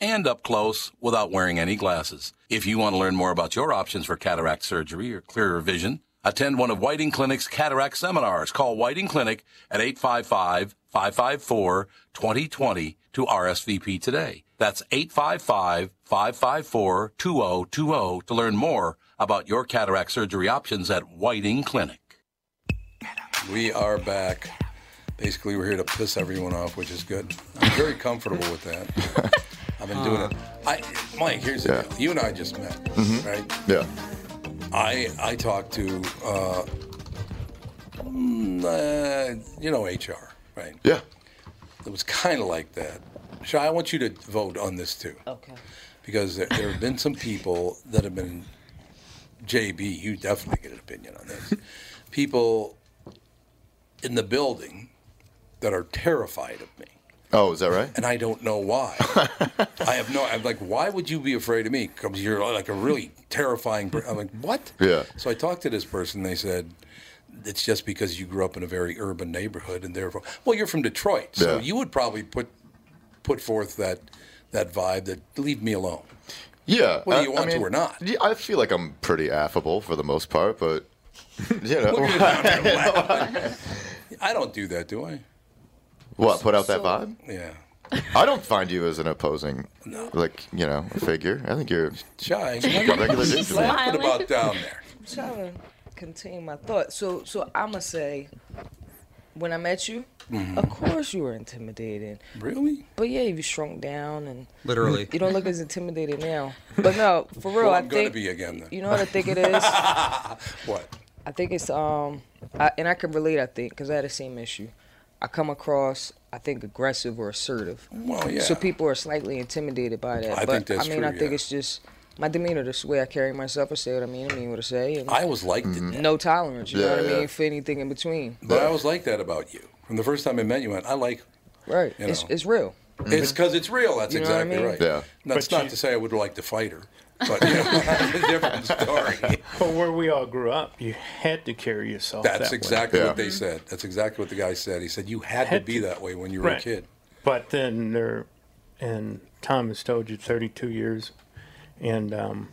[SPEAKER 1] and up close without wearing any glasses. If you want to learn more about your options for cataract surgery or clearer vision, attend one of Whiting Clinic's cataract seminars. Call Whiting Clinic at 855-554-2020 to RSVP today. That's 855-554-2020 to learn more about your cataract surgery options at Whiting Clinic. We are back. Basically, we're here to piss everyone off, which is good. I'm very comfortable with that. I've been doing it. I, Mike, here's the
[SPEAKER 5] Yeah.
[SPEAKER 1] deal. You and I just met, right?
[SPEAKER 5] Yeah.
[SPEAKER 1] I I talked to, uh, mm, uh, you know, HR, right?
[SPEAKER 5] Yeah.
[SPEAKER 1] It was kind of like that. Shai, I want you to vote on this too,
[SPEAKER 4] Oh.
[SPEAKER 8] Okay.
[SPEAKER 1] because there, there have been some people that have been, JB, you definitely get an opinion on this. people in the building that are terrified of me
[SPEAKER 5] Oh, is that right?
[SPEAKER 1] and I don't know why. I have no. I'm like, why would you be afraid of me? Because you're like a really terrifying. Per-. I'm like, what?
[SPEAKER 5] Yeah.
[SPEAKER 1] So I talked to this person. They said it's just because you grew up in a very urban neighborhood, and therefore, well, you're from Detroit, so
[SPEAKER 5] Yeah.
[SPEAKER 1] you would probably put put forth that that vibe that leave me alone.
[SPEAKER 5] Yeah.
[SPEAKER 1] Whether you want to or not.
[SPEAKER 5] yeah, I feel like I'm pretty affable for the most part, but you know,
[SPEAKER 1] Look at you down there laughing. I don't do that, do I?
[SPEAKER 5] what put out that vibe?
[SPEAKER 1] Yeah.
[SPEAKER 5] I don't find you as an opposing, like you know, figure. I think you're
[SPEAKER 1] Shy.
[SPEAKER 5] a regular dude to me.
[SPEAKER 1] What about down there?
[SPEAKER 8] trying to contain my thoughts. So, so I'ma say, when I met you,
[SPEAKER 1] Mm-hmm.
[SPEAKER 8] of course you were intimidating.
[SPEAKER 1] Really?
[SPEAKER 8] But yeah, you shrunk down and
[SPEAKER 3] Literally.
[SPEAKER 8] you don't look as intimidated now. But no, for real,
[SPEAKER 1] Well,
[SPEAKER 8] I
[SPEAKER 1] I'm gonna
[SPEAKER 8] think
[SPEAKER 1] be again then.
[SPEAKER 8] you know what I think it is.
[SPEAKER 1] What?
[SPEAKER 8] I think it's um, I, and I can relate. I think because I had the same issue. I come across, I think, aggressive or assertive.
[SPEAKER 1] Well, yeah.
[SPEAKER 8] So people are slightly intimidated by that.
[SPEAKER 1] I
[SPEAKER 8] but
[SPEAKER 1] think that's
[SPEAKER 8] I mean,
[SPEAKER 1] true,
[SPEAKER 8] I think
[SPEAKER 1] yeah.
[SPEAKER 8] it's just my demeanor, just the way I carry myself. I say what I mean. I mean what I say. And
[SPEAKER 1] I was like
[SPEAKER 5] Mm-hmm.
[SPEAKER 1] that.
[SPEAKER 8] no tolerance. You
[SPEAKER 5] Yeah,
[SPEAKER 8] know what I
[SPEAKER 5] yeah.
[SPEAKER 8] mean for anything in between.
[SPEAKER 1] But I always like that about you. From the first time I met you, I went, I like.
[SPEAKER 8] Right.
[SPEAKER 1] You
[SPEAKER 8] It's
[SPEAKER 1] know.
[SPEAKER 8] it's real.
[SPEAKER 1] It's because it's real. That's
[SPEAKER 8] You know what I
[SPEAKER 1] exactly
[SPEAKER 8] mean?
[SPEAKER 1] right.
[SPEAKER 5] Mm-hmm. Yeah.
[SPEAKER 1] Now, it's
[SPEAKER 6] But
[SPEAKER 1] not
[SPEAKER 6] you-
[SPEAKER 1] to say I would like to fight her, but you know, that's a different story.
[SPEAKER 6] But where we all grew up, you had to carry yourself.
[SPEAKER 1] That's
[SPEAKER 6] that way.
[SPEAKER 1] exactly
[SPEAKER 5] Yeah.
[SPEAKER 1] what
[SPEAKER 8] Mm-hmm.
[SPEAKER 1] they said. That's exactly what the guy said. He said you had to
[SPEAKER 6] Had
[SPEAKER 1] be
[SPEAKER 6] to.
[SPEAKER 1] that way when you were a
[SPEAKER 6] Right.
[SPEAKER 1] kid.
[SPEAKER 6] But then there, and Tom has told you 32 years, and um,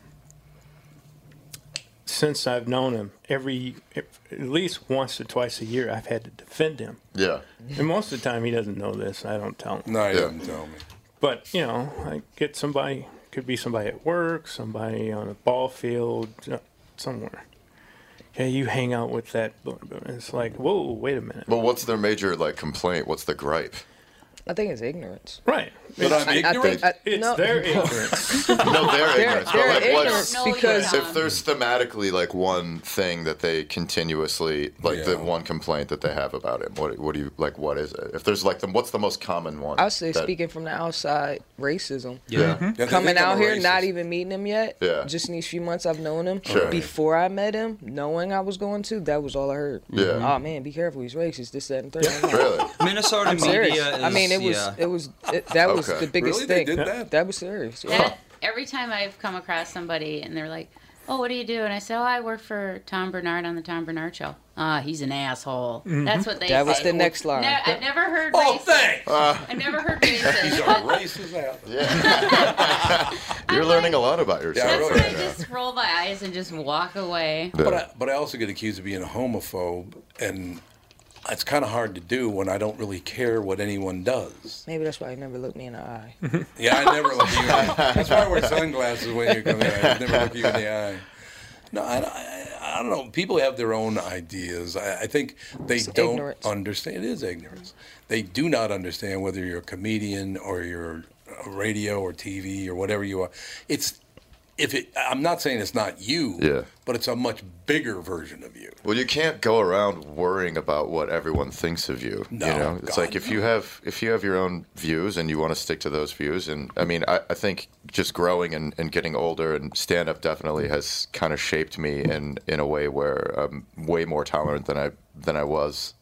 [SPEAKER 6] since I've known him, every at least once or twice a year, I've had to defend him.
[SPEAKER 5] Yeah.
[SPEAKER 6] And most of the time, he doesn't know this. I don't tell him.
[SPEAKER 1] No, he
[SPEAKER 5] Yeah.
[SPEAKER 1] didn't tell me.
[SPEAKER 6] But you know, I get somebody could be somebody at work, somebody on a ball field, uh, somewhere. Okay, you hang out with that. blah, blah, blah. It's like, whoa, wait a minute.
[SPEAKER 5] But what's their major like complaint? What's the gripe?
[SPEAKER 8] I think it's ignorance.
[SPEAKER 6] Right.
[SPEAKER 1] But
[SPEAKER 6] It's-
[SPEAKER 1] I'm
[SPEAKER 8] I
[SPEAKER 1] ignorant.
[SPEAKER 8] think I,
[SPEAKER 6] it's
[SPEAKER 8] no,
[SPEAKER 6] their ignorance.
[SPEAKER 5] No, their
[SPEAKER 8] they're,
[SPEAKER 5] ignorance. but
[SPEAKER 8] they're
[SPEAKER 5] like,
[SPEAKER 8] ignorance
[SPEAKER 5] what's
[SPEAKER 4] No,
[SPEAKER 8] because
[SPEAKER 4] yeah.
[SPEAKER 5] if there's thematically like one thing that they continuously like the
[SPEAKER 1] Yeah.
[SPEAKER 5] one complaint that they have about him? What what do you like? What is it? If there's like the what's the most common one?
[SPEAKER 8] I say
[SPEAKER 5] that-
[SPEAKER 8] speaking from the outside, racism.
[SPEAKER 5] Yeah.
[SPEAKER 1] Yeah, they
[SPEAKER 8] Coming
[SPEAKER 1] think I'm
[SPEAKER 8] out
[SPEAKER 1] a
[SPEAKER 8] here,
[SPEAKER 1] racist.
[SPEAKER 8] not even meeting him yet.
[SPEAKER 5] Yeah.
[SPEAKER 8] Just in these few months, I've known him.
[SPEAKER 5] Sure.
[SPEAKER 8] Before I met him, knowing I was going to, that was all I heard.
[SPEAKER 5] Yeah.
[SPEAKER 8] Oh man, be careful, he's racist. This, that, and third. I'm like,
[SPEAKER 5] Really?
[SPEAKER 3] Minnesota
[SPEAKER 8] I'm
[SPEAKER 3] media
[SPEAKER 8] serious.
[SPEAKER 3] is.
[SPEAKER 8] I mean, it was,
[SPEAKER 3] yeah.
[SPEAKER 8] it was, it, that was
[SPEAKER 5] Okay.
[SPEAKER 8] the biggest
[SPEAKER 1] Really? They
[SPEAKER 8] thing.
[SPEAKER 1] did that?
[SPEAKER 8] That was serious. yeah.
[SPEAKER 4] That, every time I've come across somebody and they're like, "Oh, what do you do?" and I say, "Oh, I work for Tom Bernard on the Tom Bernard Show." Ah, he's an asshole. That's what they.
[SPEAKER 8] That was
[SPEAKER 4] say.
[SPEAKER 8] the next line.
[SPEAKER 4] Ne- I've never heard.
[SPEAKER 1] Mm-hmm. Oh,
[SPEAKER 4] racist.
[SPEAKER 1] thanks.
[SPEAKER 4] I've never heard racist.
[SPEAKER 1] He's a racist out.
[SPEAKER 5] You're learning a lot about yourself.
[SPEAKER 1] Yeah,
[SPEAKER 4] That's
[SPEAKER 1] really.
[SPEAKER 4] when I just roll my eyes and just walk away.
[SPEAKER 1] But I, but I also get accused of being a homophobe, and it's kind of hard to do when I don't really care what anyone does.
[SPEAKER 8] Maybe that's why he never looked me in the eye.
[SPEAKER 1] Yeah, I never look you. In. That's why I wear sunglasses when you come in. I never look you in the eye. No, I, I, I don't know. People have their own ideas. I, I think they don't
[SPEAKER 8] ignorance.
[SPEAKER 1] understand. It is ignorance. They do not understand whether you're a comedian or you're a radio or TV or whatever you are. It's if it. I'm not saying it's not you.
[SPEAKER 5] Yeah.
[SPEAKER 1] But it's a much bigger version of you.
[SPEAKER 5] Well, you can't go around worrying about what everyone thinks of you.
[SPEAKER 1] No,
[SPEAKER 5] you know, it's
[SPEAKER 1] God,
[SPEAKER 5] like if you have if you have your own views and you want to stick to those views. And I mean, I, I think just growing and, and getting older and stand up definitely has kind of shaped me in in a way where I'm way more tolerant than I than I was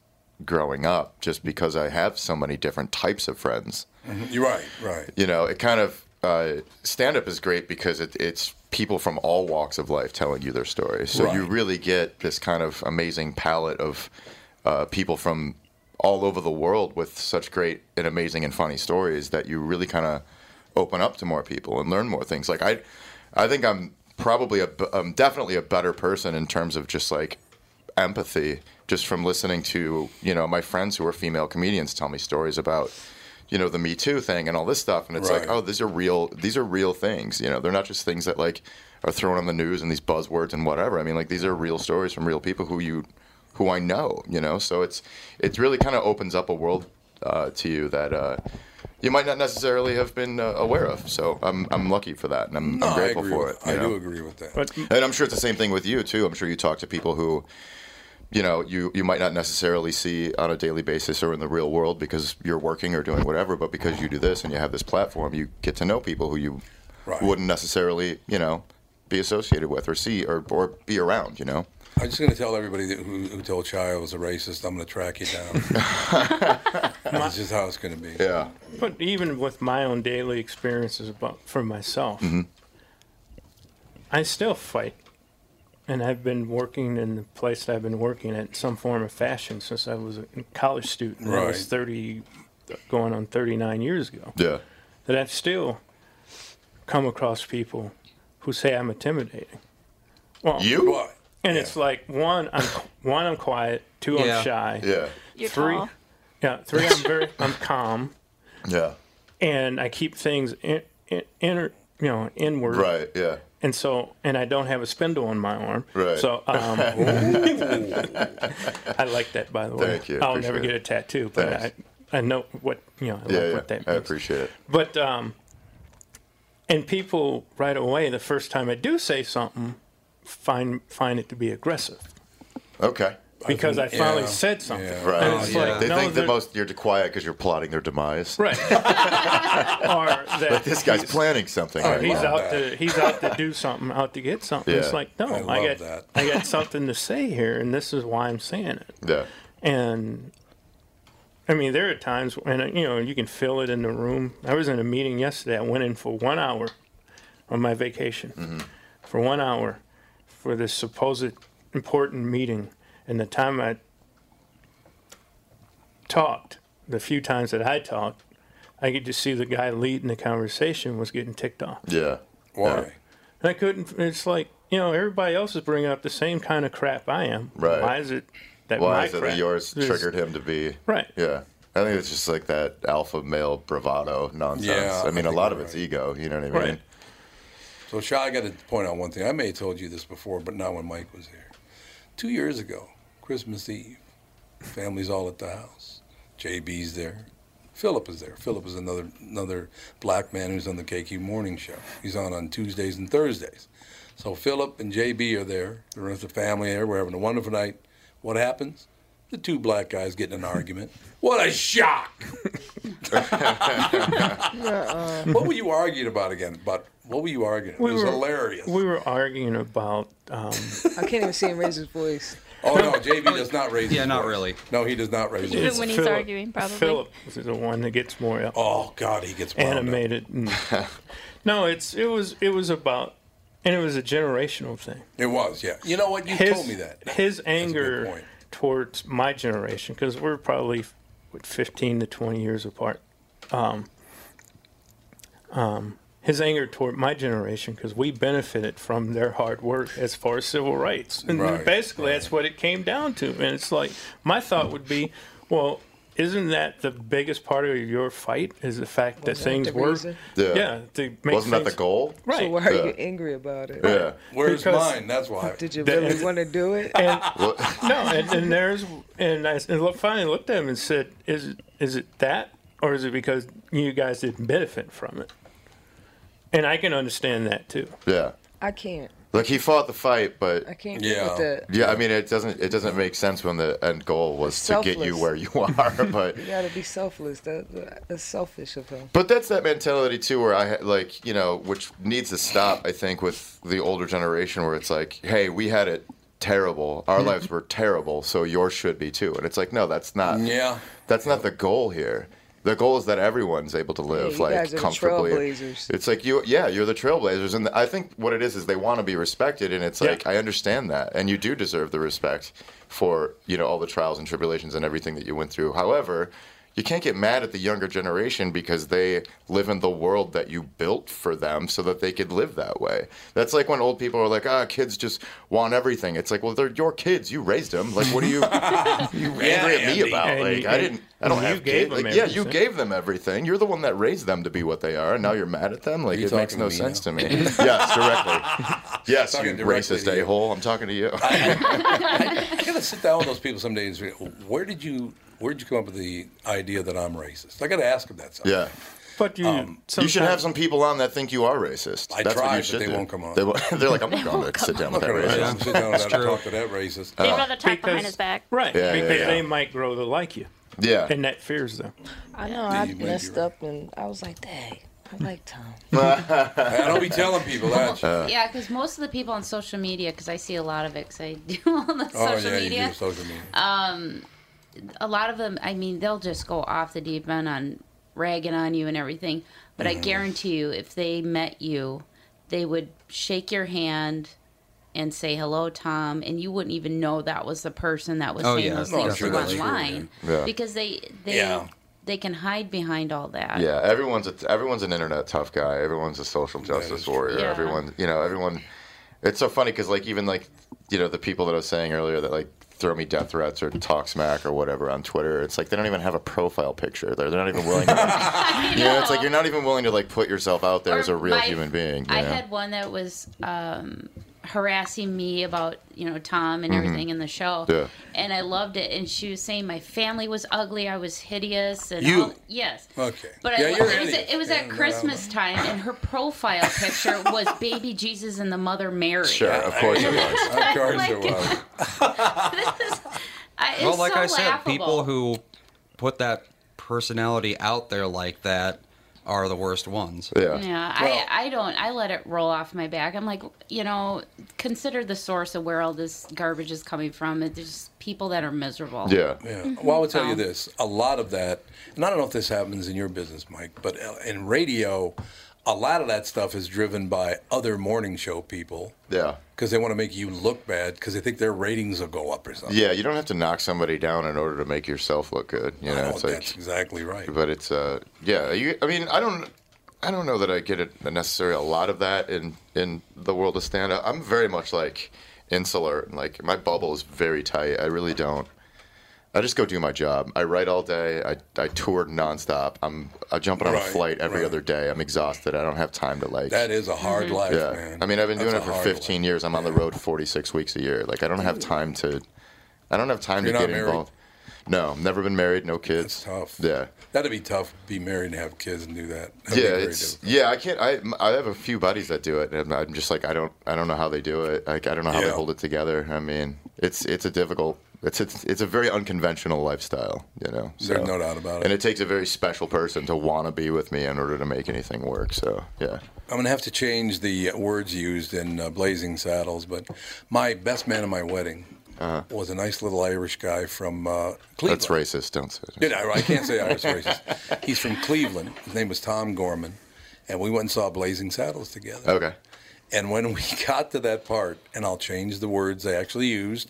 [SPEAKER 5] growing up, just because I have so many different types of friends
[SPEAKER 1] You're right. Right.
[SPEAKER 5] you know, it kind of uh, stand up is great because it, it's people from all walks of life telling you their story. So you
[SPEAKER 1] Right.
[SPEAKER 5] really get this kind of amazing palette of uh, people from all over the world with such great and amazing and funny stories that you really kind of open up to more people and learn more things. Like I, I think I'm probably a, b- I'm definitely a better person in terms of just like empathy, just from listening to you know my friends who are female comedians tell me stories about you know the Me Too thing and all this stuff, and it's like
[SPEAKER 1] Right.
[SPEAKER 5] oh these are real these are real things. You know they're not just things that like are thrown on the news and these buzzwords and whatever. I mean like these are real stories from real people who you who I know. You know so it's it's really kind of opens up a world uh, to you that. Uh, you might not necessarily have been uh, aware of. So I'm, I'm lucky for that, and I'm,
[SPEAKER 1] No,
[SPEAKER 5] I'm
[SPEAKER 1] I
[SPEAKER 5] grateful
[SPEAKER 1] agree
[SPEAKER 5] for
[SPEAKER 1] with,
[SPEAKER 5] it. you
[SPEAKER 1] I
[SPEAKER 5] know?
[SPEAKER 1] do agree with that.
[SPEAKER 6] But
[SPEAKER 5] And I'm sure it's the same thing with you too. I'm sure you talk to people who, you know, you you might not necessarily see on a daily basis or in the real world because you're working or doing whatever, but because you do this and you have this platform, you get to know people who you
[SPEAKER 1] Right.
[SPEAKER 5] wouldn't necessarily, you know, be associated with or see or or be around. You know.
[SPEAKER 1] I'm just going to tell everybody that who, who told Chai I was a racist, I'm going to track you down. That's just how it's going to be.
[SPEAKER 5] Yeah.
[SPEAKER 6] But even with my own daily experiences about for myself, I still fight, and I've been working in the place that I've been working at in some form or fashion since I was a college student. I was
[SPEAKER 1] Right.
[SPEAKER 6] thirty, going on thirty nine years ago.
[SPEAKER 5] Yeah.
[SPEAKER 6] That I've still come across people who say I'm intimidating. Well,
[SPEAKER 5] You.
[SPEAKER 1] But
[SPEAKER 6] and it's like one, I'm one, I'm quiet. Two,
[SPEAKER 3] Yeah.
[SPEAKER 6] I'm shy.
[SPEAKER 5] Yeah.
[SPEAKER 2] You're
[SPEAKER 6] Three,
[SPEAKER 2] tall.
[SPEAKER 6] yeah, three, I'm very, I'm calm
[SPEAKER 5] Yeah.
[SPEAKER 6] and I keep things in, in, inner, you know, inward.
[SPEAKER 5] Right. Yeah.
[SPEAKER 6] And so, and I don't have a spindle on my arm.
[SPEAKER 5] Right.
[SPEAKER 6] So, um, I like that, by the way.
[SPEAKER 5] Thank you.
[SPEAKER 6] I'll never
[SPEAKER 5] Appreciate
[SPEAKER 6] get a
[SPEAKER 5] it.
[SPEAKER 6] tattoo, but I,
[SPEAKER 5] Thanks.
[SPEAKER 6] I know what, you know, I
[SPEAKER 5] Yeah.
[SPEAKER 6] like
[SPEAKER 5] yeah.
[SPEAKER 6] what that means.
[SPEAKER 5] I appreciate it.
[SPEAKER 6] But, um, and people right away, the first time I do say something, find, find it to be aggressive
[SPEAKER 5] Okay.
[SPEAKER 6] because I,
[SPEAKER 1] think-
[SPEAKER 6] finally
[SPEAKER 1] yeah,
[SPEAKER 6] said something.
[SPEAKER 1] yeah.
[SPEAKER 5] Right.
[SPEAKER 6] And it's
[SPEAKER 3] Oh, yeah.
[SPEAKER 6] like,
[SPEAKER 5] They
[SPEAKER 6] no,
[SPEAKER 5] think the
[SPEAKER 6] they're-
[SPEAKER 5] most you're quiet because you're plotting their demise.
[SPEAKER 6] Right. or that
[SPEAKER 5] This guy's planning something. right
[SPEAKER 6] He's
[SPEAKER 5] now.
[SPEAKER 6] out to he's out to do something, out to get something. It's
[SPEAKER 5] Yeah.
[SPEAKER 6] like no,
[SPEAKER 1] I
[SPEAKER 6] I,
[SPEAKER 1] love
[SPEAKER 6] got
[SPEAKER 1] that.
[SPEAKER 6] I got something to say here, and this is why I'm saying it.
[SPEAKER 5] Yeah.
[SPEAKER 6] And I mean, there are times when uh, you know you can feel it in the room. I was in a meeting yesterday. I went in for one hour on my vacation
[SPEAKER 5] Mm-hmm.
[SPEAKER 6] for one hour for this supposed important meeting, and the time I talked, the few times that I talked. I could just see the guy leading the conversation was getting ticked off.
[SPEAKER 5] Yeah.
[SPEAKER 1] Why?
[SPEAKER 6] And I couldn't. It's like you know, everybody else is bringing up the same kind of crap I am.
[SPEAKER 5] Right.
[SPEAKER 6] Why is it that
[SPEAKER 5] Why
[SPEAKER 6] my
[SPEAKER 5] is it
[SPEAKER 6] crap
[SPEAKER 5] that yours
[SPEAKER 6] is-
[SPEAKER 5] triggered him to be?
[SPEAKER 6] Right.
[SPEAKER 5] Yeah. I think it's just like that alpha male bravado nonsense.
[SPEAKER 1] Yeah,
[SPEAKER 5] I
[SPEAKER 1] I
[SPEAKER 5] mean, a
[SPEAKER 1] think
[SPEAKER 5] lot
[SPEAKER 1] you're
[SPEAKER 5] of it's
[SPEAKER 1] right.
[SPEAKER 5] ego. You know what I mean?
[SPEAKER 6] Right.
[SPEAKER 1] So, Chai, I got to point out one thing. I may have told you this before, but not when Mike was here. Two years ago, Christmas Eve, family's all at the house. JB's there. Philip is there. Philip is another another black man who's on the KQ morning show. He's on on Tuesdays and Thursdays. So Philip and JB are there. The rest of the family are there. We're having a wonderful night. What happens? The two black guys get in an argument. What a shock! what were you arguing about again? But what were you arguing? it was
[SPEAKER 6] were-
[SPEAKER 1] hilarious.
[SPEAKER 6] We were arguing about. Um,
[SPEAKER 8] I can't even see him raise his voice.
[SPEAKER 1] Oh no, JB does not raise.
[SPEAKER 3] Yeah,
[SPEAKER 1] his
[SPEAKER 3] not
[SPEAKER 1] voice.
[SPEAKER 3] really.
[SPEAKER 1] No, he does not raise. His
[SPEAKER 2] Even
[SPEAKER 1] voice.
[SPEAKER 2] when he's
[SPEAKER 6] Philip-
[SPEAKER 2] arguing, probably.
[SPEAKER 6] Philip is the one that gets more uh,
[SPEAKER 1] Oh God, he gets wound up.
[SPEAKER 6] animated. And, no, it's it was it was about, and it was a generational thing.
[SPEAKER 1] It was, yeah. You know what? You told me that.
[SPEAKER 6] His
[SPEAKER 1] good
[SPEAKER 6] anger
[SPEAKER 1] point.
[SPEAKER 6] towards my generation, because we're probably what, 15 to 20 years apart. Um, um, his anger toward my generation, because we benefited from their hard work as far as civil rights. And
[SPEAKER 1] Right,
[SPEAKER 6] basically, that's what it came down to. And it's like, my thought would be, well, isn't that the biggest part of your fight? Is the fact that
[SPEAKER 8] that
[SPEAKER 6] things
[SPEAKER 8] the
[SPEAKER 6] were.
[SPEAKER 8] reason?
[SPEAKER 5] Yeah.
[SPEAKER 6] Yeah. To make
[SPEAKER 5] Wasn't that the
[SPEAKER 6] things-
[SPEAKER 5] goal?
[SPEAKER 6] Right.
[SPEAKER 8] So why are
[SPEAKER 5] Yeah.
[SPEAKER 8] you angry about it?
[SPEAKER 5] Yeah.
[SPEAKER 1] Where's
[SPEAKER 6] because-
[SPEAKER 1] mine? That's why.
[SPEAKER 8] Did you
[SPEAKER 6] That
[SPEAKER 8] really
[SPEAKER 6] is-
[SPEAKER 8] want to do it?
[SPEAKER 6] And,
[SPEAKER 5] Well,
[SPEAKER 6] No, and, and there's and I s- and look, finally looked at him and said, "Is it is it that, or is it because you guys didn't benefit from it?" And I can understand that too.
[SPEAKER 5] yeah.
[SPEAKER 8] I can't.
[SPEAKER 5] Like he fought the fight, but
[SPEAKER 8] I can't
[SPEAKER 1] Yeah.
[SPEAKER 8] get with that.
[SPEAKER 5] yeah, I mean, it doesn't it doesn't make sense when the end goal was
[SPEAKER 8] It's
[SPEAKER 5] to get you
[SPEAKER 8] selfless.
[SPEAKER 5] where you are. But
[SPEAKER 8] You gotta be selfless. That, that- that's selfish of him.
[SPEAKER 5] But that's that mentality too, where I ha- like you know, which needs to stop. I think with the older generation, where it's like, hey, we had it terrible,
[SPEAKER 8] Mm-hmm.
[SPEAKER 5] our lives were terrible, so yours should be too. And it's like, no, that's not.
[SPEAKER 1] Yeah.
[SPEAKER 5] That's not the goal here. The goal is that everyone's able to live
[SPEAKER 8] you
[SPEAKER 5] like
[SPEAKER 8] guys are the
[SPEAKER 5] comfortably.
[SPEAKER 8] trailblazers.
[SPEAKER 5] It's like you, yeah, you're the trailblazers, and I think what it is is they want to be respected, and it's like I understand that, and you do deserve the respect for you know all the trials and tribulations and everything that you went through. However, you can't get mad at the younger generation because they live in the world that you built for them so that they could live that way. That's like when old people are like, ah, kids just want everything. It's like, well, they're your kids. You raised them. Like, what are you, you angry at
[SPEAKER 6] Andy.
[SPEAKER 5] me about?
[SPEAKER 6] And
[SPEAKER 5] Like,
[SPEAKER 6] you-
[SPEAKER 5] I didn't. I don't
[SPEAKER 6] you
[SPEAKER 5] have
[SPEAKER 6] gave
[SPEAKER 5] kids. Like,
[SPEAKER 6] them
[SPEAKER 5] yeah, you
[SPEAKER 6] everything.
[SPEAKER 5] gave them everything. You're the one that raised them to be what they are, and now you're mad at them. Like,
[SPEAKER 1] you
[SPEAKER 5] it makes
[SPEAKER 1] talking
[SPEAKER 5] no
[SPEAKER 1] to me
[SPEAKER 5] sense to
[SPEAKER 1] now?
[SPEAKER 5] me. yes, directly. Yes, you
[SPEAKER 1] Talking directly
[SPEAKER 5] racist
[SPEAKER 1] to you.
[SPEAKER 5] a hole. I'm talking to you.
[SPEAKER 1] I gotta sit down with those people some days. Where did you Where did you come up with the idea that I'm racist? I gotta ask them that. Sometime.
[SPEAKER 5] yeah.
[SPEAKER 6] But you,
[SPEAKER 5] Um, You should have
[SPEAKER 6] sometimes-
[SPEAKER 5] some people on that think you are racist.
[SPEAKER 1] I
[SPEAKER 5] That's
[SPEAKER 1] tried,
[SPEAKER 5] what you
[SPEAKER 1] but
[SPEAKER 5] should
[SPEAKER 1] they
[SPEAKER 5] do.
[SPEAKER 1] won't come on.
[SPEAKER 5] They won't- they're like, I'm not going to sit down
[SPEAKER 1] I'm
[SPEAKER 5] with
[SPEAKER 1] not
[SPEAKER 5] that
[SPEAKER 1] gonna
[SPEAKER 5] racist. Uh,
[SPEAKER 1] sit down and have
[SPEAKER 3] true.
[SPEAKER 1] to talk to that racist.
[SPEAKER 2] They'd rather talk behind
[SPEAKER 6] because-
[SPEAKER 2] his back.
[SPEAKER 6] Right,
[SPEAKER 5] Yeah, yeah,
[SPEAKER 6] because
[SPEAKER 5] yeah.
[SPEAKER 6] they might grow to like you,
[SPEAKER 5] Yeah.
[SPEAKER 6] and that fears them.
[SPEAKER 8] I know
[SPEAKER 1] Yeah,
[SPEAKER 8] I
[SPEAKER 1] you might be
[SPEAKER 8] messed
[SPEAKER 1] right.
[SPEAKER 8] up and I was like, dang, I like Tom.
[SPEAKER 1] I don't be telling people that. shit.
[SPEAKER 5] Uh,
[SPEAKER 4] Yeah, because most of the people on social media, because I see a lot of it, because I do all the
[SPEAKER 1] oh
[SPEAKER 4] social
[SPEAKER 1] yeah, you
[SPEAKER 4] media. Uh,
[SPEAKER 1] do social media.
[SPEAKER 4] a lot of them, I mean, they'll just go off the deep end on ragging on you and everything. But
[SPEAKER 1] Mm-hmm.
[SPEAKER 4] I guarantee you, if they met you, they would shake your hand and say hello, Tom, and you wouldn't even know that was the person that was
[SPEAKER 3] Oh,
[SPEAKER 4] saying
[SPEAKER 3] yeah,
[SPEAKER 4] those
[SPEAKER 3] no, I'm
[SPEAKER 4] things
[SPEAKER 1] sure that's true,
[SPEAKER 4] online
[SPEAKER 5] yeah. Yeah.
[SPEAKER 4] because they they
[SPEAKER 1] Yeah.
[SPEAKER 4] they can hide behind all that.
[SPEAKER 5] Yeah, everyone's a, everyone's an internet tough guy. Everyone's a social justice warrior.
[SPEAKER 4] Yeah.
[SPEAKER 5] Everyone, you know, everyone. It's so funny because like even like you know the people that I was saying earlier that like throw me death threats or talk smack or whatever on Twitter. It's like they don't even have a profile picture. They're, they're not even willing. To,
[SPEAKER 4] I
[SPEAKER 5] you know, it's like
[SPEAKER 4] know.
[SPEAKER 5] you're not even willing to like put yourself out there
[SPEAKER 4] Or
[SPEAKER 5] as a real
[SPEAKER 4] my-
[SPEAKER 5] human being.
[SPEAKER 4] I
[SPEAKER 5] you know?
[SPEAKER 4] had one that was um, harassing me about you know Tom and everything in the show,
[SPEAKER 5] Mm-hmm. Yeah.
[SPEAKER 4] and I loved it. And she was saying my family was ugly, I was hideous, and
[SPEAKER 1] You.
[SPEAKER 4] all- yes,
[SPEAKER 1] Okay.
[SPEAKER 4] But
[SPEAKER 1] Yeah,
[SPEAKER 4] I,
[SPEAKER 1] you're
[SPEAKER 4] it was,
[SPEAKER 1] hideous.
[SPEAKER 4] it was
[SPEAKER 1] Yeah,
[SPEAKER 4] at
[SPEAKER 1] no, no, no.
[SPEAKER 4] Christmas time, and her profile picture was baby Jesus and the Mother Mary.
[SPEAKER 5] sure, of course it was.
[SPEAKER 1] of course it was.
[SPEAKER 4] I, it's
[SPEAKER 3] Well, like
[SPEAKER 4] so
[SPEAKER 3] I said,
[SPEAKER 4] laughable.
[SPEAKER 3] people who put that personality out there like that are the worst ones.
[SPEAKER 5] Yeah.
[SPEAKER 4] Yeah,
[SPEAKER 1] Well-
[SPEAKER 4] I, I don't. I let it roll off my back. I'm like, you know, consider the source of where all this garbage is coming from. It's just people that are miserable.
[SPEAKER 5] Yeah.
[SPEAKER 1] Yeah. Well, I would tell you
[SPEAKER 4] Wow.
[SPEAKER 1] this: a lot of that, and I don't know if this happens in your business, Mike, but uh, in radio, a lot of that stuff is driven by other morning show people
[SPEAKER 5] Yeah.
[SPEAKER 1] because they want to make you look bad because they think their ratings will go up or something.
[SPEAKER 5] Yeah, you don't have to knock somebody down in order to make yourself look good. You
[SPEAKER 1] I
[SPEAKER 5] know,
[SPEAKER 1] know,
[SPEAKER 5] it's
[SPEAKER 1] Oh, that's
[SPEAKER 5] like
[SPEAKER 1] exactly right.
[SPEAKER 5] but it's uh yeah you i mean i don't i don't know that i get it necessarily a lot of that in in the world of stand up i'm very much like insular and like my bubble is very tight i really don't I just go do my job. I write all day. I, I tour nonstop. I'm I jumping on
[SPEAKER 1] Right,
[SPEAKER 5] a flight every
[SPEAKER 1] right.
[SPEAKER 5] other day. I'm exhausted. I don't have time to like.
[SPEAKER 1] That is a hard life,
[SPEAKER 5] yeah.
[SPEAKER 1] man.
[SPEAKER 5] I mean, I've been
[SPEAKER 1] That's
[SPEAKER 5] doing it
[SPEAKER 1] a
[SPEAKER 5] for
[SPEAKER 1] hard
[SPEAKER 5] 15
[SPEAKER 1] life.
[SPEAKER 5] years. I'm on the road 46 weeks a year. Like I don't have time to. I don't have time
[SPEAKER 1] You're
[SPEAKER 5] to
[SPEAKER 1] not
[SPEAKER 5] get
[SPEAKER 1] married?
[SPEAKER 5] involved. No, never been married. No kids.
[SPEAKER 1] It's tough.
[SPEAKER 5] Yeah.
[SPEAKER 1] That'd be tough. Be married and have kids and do that. That'd be
[SPEAKER 5] yeah,
[SPEAKER 1] very
[SPEAKER 5] it's
[SPEAKER 1] difficult.
[SPEAKER 5] yeah. I can't. I I have a few buddies that do it, and I'm just like I don't I don't know how they do it. Like I don't know how they
[SPEAKER 1] Yeah.
[SPEAKER 5] hold it together. I mean, it's it's a difficult. It's it's, it's a very unconventional lifestyle, you know. So.
[SPEAKER 1] There's no doubt about it.
[SPEAKER 5] And it takes a very special person to want to be with me in order to make anything work. So yeah,
[SPEAKER 1] I'm going to have to change the uh, words used in uh, Blazing Saddles, but my best man at my wedding was a nice little Irish guy from uh, Cleveland.
[SPEAKER 5] Uh-huh. that's racist. Don't say. It.
[SPEAKER 1] Yeah, no, I can't say Irish racist. He's from Cleveland. His name was Tom Gorman, and we went and saw Blazing Saddles together.
[SPEAKER 5] Okay.
[SPEAKER 1] And when we got to that part, and I'll change the words they actually used,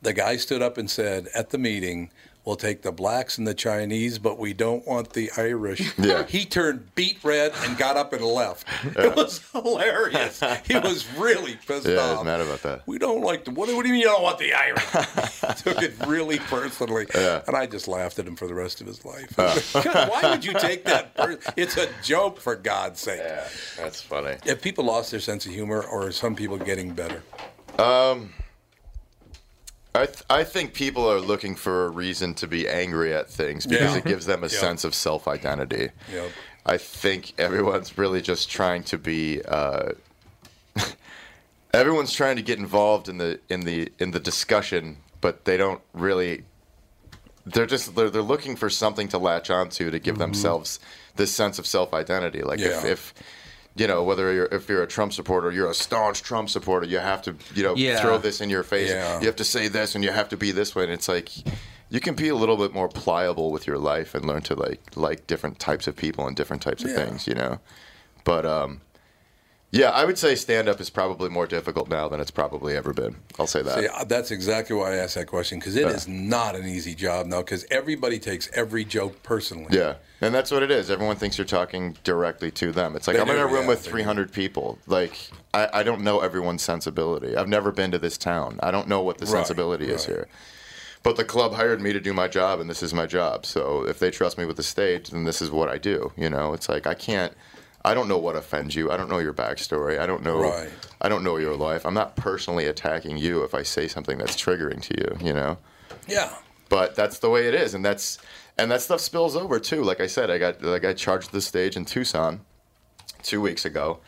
[SPEAKER 1] the guy stood up and said at the meeting, We'll take the blacks and the Chinese, but we don't want the Irish.
[SPEAKER 5] Yeah.
[SPEAKER 1] He turned beet red and got up and left. It was hilarious. He was really pissed
[SPEAKER 5] Yeah, I
[SPEAKER 1] off.
[SPEAKER 5] was mad about that.
[SPEAKER 1] We don't like the. What, do- what do you mean you don't want the Irish? He took it really personally. And I just laughed at him for the rest of his life. God, Why would you take that? Per- it's a joke, for God's sake
[SPEAKER 5] that's funny.
[SPEAKER 1] if people lost their sense of humor or are some people getting better
[SPEAKER 5] I, th- I think people are looking for a reason to be angry at things because
[SPEAKER 1] Yeah.
[SPEAKER 5] it gives them a
[SPEAKER 1] Yeah.
[SPEAKER 5] sense of self identity.
[SPEAKER 1] Yep.
[SPEAKER 5] I think everyone's really just trying to be. Uh, everyone's trying to get involved in the in the in the discussion, but they don't really. They're just they're, they're looking for something to latch onto to give themselves this sense of self identity. Like if,
[SPEAKER 1] Mm-hmm. Yeah.
[SPEAKER 5] if you know whether you're if you're a Trump supporter, you're a staunch Trump supporter. You have to you know
[SPEAKER 3] Yeah.
[SPEAKER 5] throw this in your face.
[SPEAKER 1] Yeah.
[SPEAKER 5] You have to say this and you have to be this way. And it's like, you can be a little bit more pliable with your life and learn to like like different types of people and different types of
[SPEAKER 1] Yeah.
[SPEAKER 5] things, you know. But um, yeah, I would say stand up is probably more difficult now than it's probably ever been. I'll say that.
[SPEAKER 1] See, uh, that's exactly why I asked that question because it is not an easy job now because everybody takes every joke personally.
[SPEAKER 5] Yeah. And that's what it is. Everyone thinks you're talking directly to them. It's like
[SPEAKER 1] They
[SPEAKER 5] I'm in
[SPEAKER 1] do,
[SPEAKER 5] a room
[SPEAKER 1] yeah,
[SPEAKER 5] with
[SPEAKER 1] they do.
[SPEAKER 5] 300 people. Like I, I don't know everyone's sensibility. I've never been to this town. I don't know what the
[SPEAKER 1] Right,
[SPEAKER 5] sensibility is
[SPEAKER 1] right.
[SPEAKER 5] here. But the club hired me to do my job, and this is my job. So if they trust me with the stage, then this is what I do. You know, it's like I can't. I don't know what offends you. I don't know your backstory. I don't know.
[SPEAKER 1] Right.
[SPEAKER 5] I don't know your life. I'm not personally attacking you if I say something that's triggering to you. You know
[SPEAKER 1] Yeah.
[SPEAKER 5] but that's the way it is and that's and that stuff spills over too like i said i got like i charged the stage in tucson two weeks ago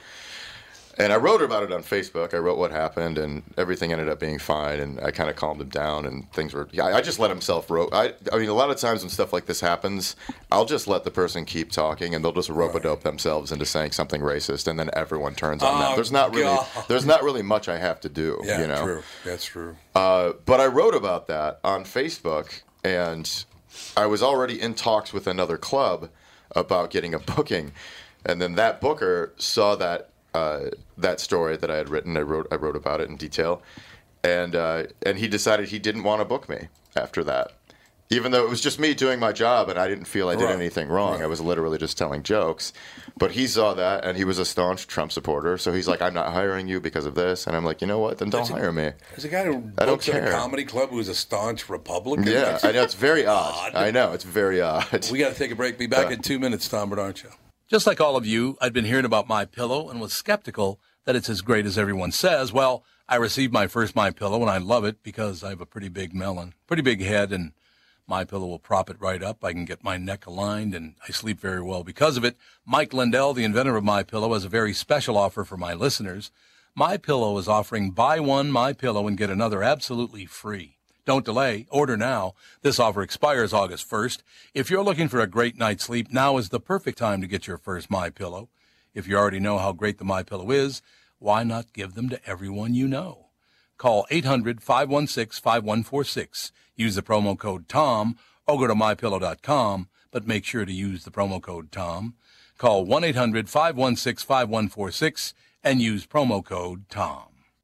[SPEAKER 5] and i wrote about it on facebook i wrote what happened and everything ended up being fine and i kind of calmed him down and things were yeah, i just let himself rope I, I mean a lot of times when stuff like this happens i'll just let the person keep talking and they'll just rope-a-dope themselves into saying something racist and then everyone turns on
[SPEAKER 1] Oh,
[SPEAKER 5] them there's not really
[SPEAKER 1] God.
[SPEAKER 5] there's not really much i have to do
[SPEAKER 1] Yeah,
[SPEAKER 5] you know
[SPEAKER 1] true. That's true.
[SPEAKER 5] uh, but I wrote about that on Facebook, and I was already in talks with another club about getting a booking, and then that booker saw that uh, that story that I had written. I wrote I wrote about it in detail, and uh, and he decided he didn't want to book me after that, even though it was just me doing my job and I didn't feel I did
[SPEAKER 1] Right.
[SPEAKER 5] anything wrong. I was literally just telling jokes, but he saw that and he was a staunch Trump supporter, so he's like, "I'm not hiring you because of this," and I'm like, "You know what? Then don't
[SPEAKER 1] That's a-
[SPEAKER 5] hire me."
[SPEAKER 1] There's a guy who
[SPEAKER 5] I don't
[SPEAKER 1] books at a
[SPEAKER 5] care.
[SPEAKER 1] comedy club who's a staunch Republican.
[SPEAKER 5] Yeah,
[SPEAKER 1] That's-
[SPEAKER 5] I know it's very odd. I know it's very odd.
[SPEAKER 1] We got to take a break. Be back in two minutes, Tom Bernard Show. Just like all of you, I'd been hearing about My Pillow and was skeptical that it's as great as everyone says. Well, I received my first My Pillow and I love it because I have a pretty big melon, pretty big head, and My Pillow will prop it right up. I can get my neck aligned, and I sleep very well because of it. Mike Lindell, the inventor of My Pillow, has a very special offer for my listeners. My Pillow is offering buy one My Pillow and get another absolutely free. Don't delay. Order now. This offer expires August 1st. If you're looking for a great night's sleep, now is the perfect time to get your first My Pillow. If you already know how great the My Pillow is, why not give them to everyone you know? Call 800-516-5146. Use the promo code TOM or go to mypillow.com, but make sure to use the promo code TOM. Call 1-800-516-5146 and use promo code TOM.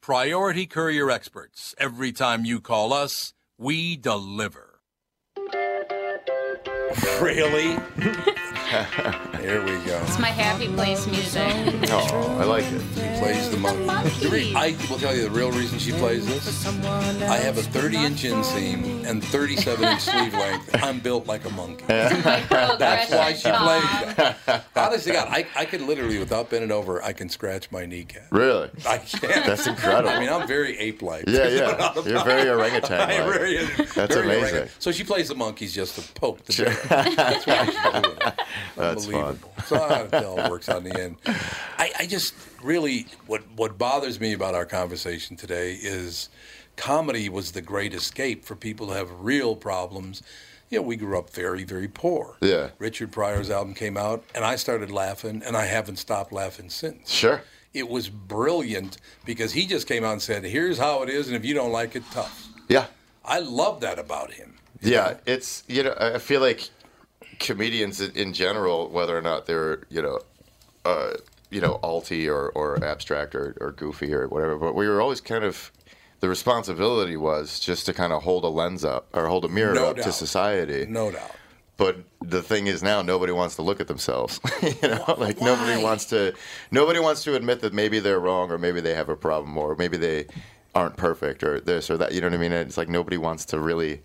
[SPEAKER 1] Priority Courier Experts. Every time you call us, we deliver. Really? Here we go.
[SPEAKER 4] It's my happy place music.
[SPEAKER 5] Oh, I like it.
[SPEAKER 1] She plays the monkey. The re- I will tell you the real reason she plays this. I have a 30 inch inseam and 37 inch sleeve length. I'm built like a monkey. That's why she
[SPEAKER 4] Microaggression, Tom.
[SPEAKER 1] plays. Honestly, God, I, I can literally, without bending over, I can scratch my kneecap.
[SPEAKER 5] Really?
[SPEAKER 1] I can't.
[SPEAKER 5] That's incredible.
[SPEAKER 1] I mean, I'm very ape-like.
[SPEAKER 5] Yeah,
[SPEAKER 1] There's no doubt
[SPEAKER 5] yeah. You're
[SPEAKER 1] about
[SPEAKER 5] very
[SPEAKER 1] it.
[SPEAKER 5] orangutan.
[SPEAKER 1] I really am
[SPEAKER 5] That's
[SPEAKER 1] very
[SPEAKER 5] amazing.
[SPEAKER 1] orangutan. So she plays the monkeys just to poke the bear. That's why she's doing it.
[SPEAKER 5] That's fun.
[SPEAKER 1] Unbelievable. So I don't know how it works out in the end. I, I just really what what bothers me about our conversation today is comedy was the great escape for people who have real problems. You know, we grew up very, very poor.
[SPEAKER 5] Yeah.
[SPEAKER 1] Richard Pryor's album came out, and I started laughing, and I haven't stopped laughing since
[SPEAKER 5] Sure.
[SPEAKER 1] it was brilliant because he just came out and said, "Here's how it is, and if you don't like it, tough."
[SPEAKER 5] Yeah.
[SPEAKER 1] I love that about him.
[SPEAKER 5] Yeah. It's you know I I feel like comedians in- in general, whether or not they're you know, uh, you know alty or or abstract or, or goofy or whatever, but we were always kind of the responsibility was just to kind of hold a lens up or hold a mirror
[SPEAKER 1] No
[SPEAKER 5] up to
[SPEAKER 1] doubt.
[SPEAKER 5] society.
[SPEAKER 1] No doubt.
[SPEAKER 5] But the thing is now nobody wants to look at themselves. you know, like nobody wants to nobody wants to admit that maybe they're wrong or maybe they have a problem or maybe they aren't perfect or this or that. You know what I mean? It's like nobody wants to really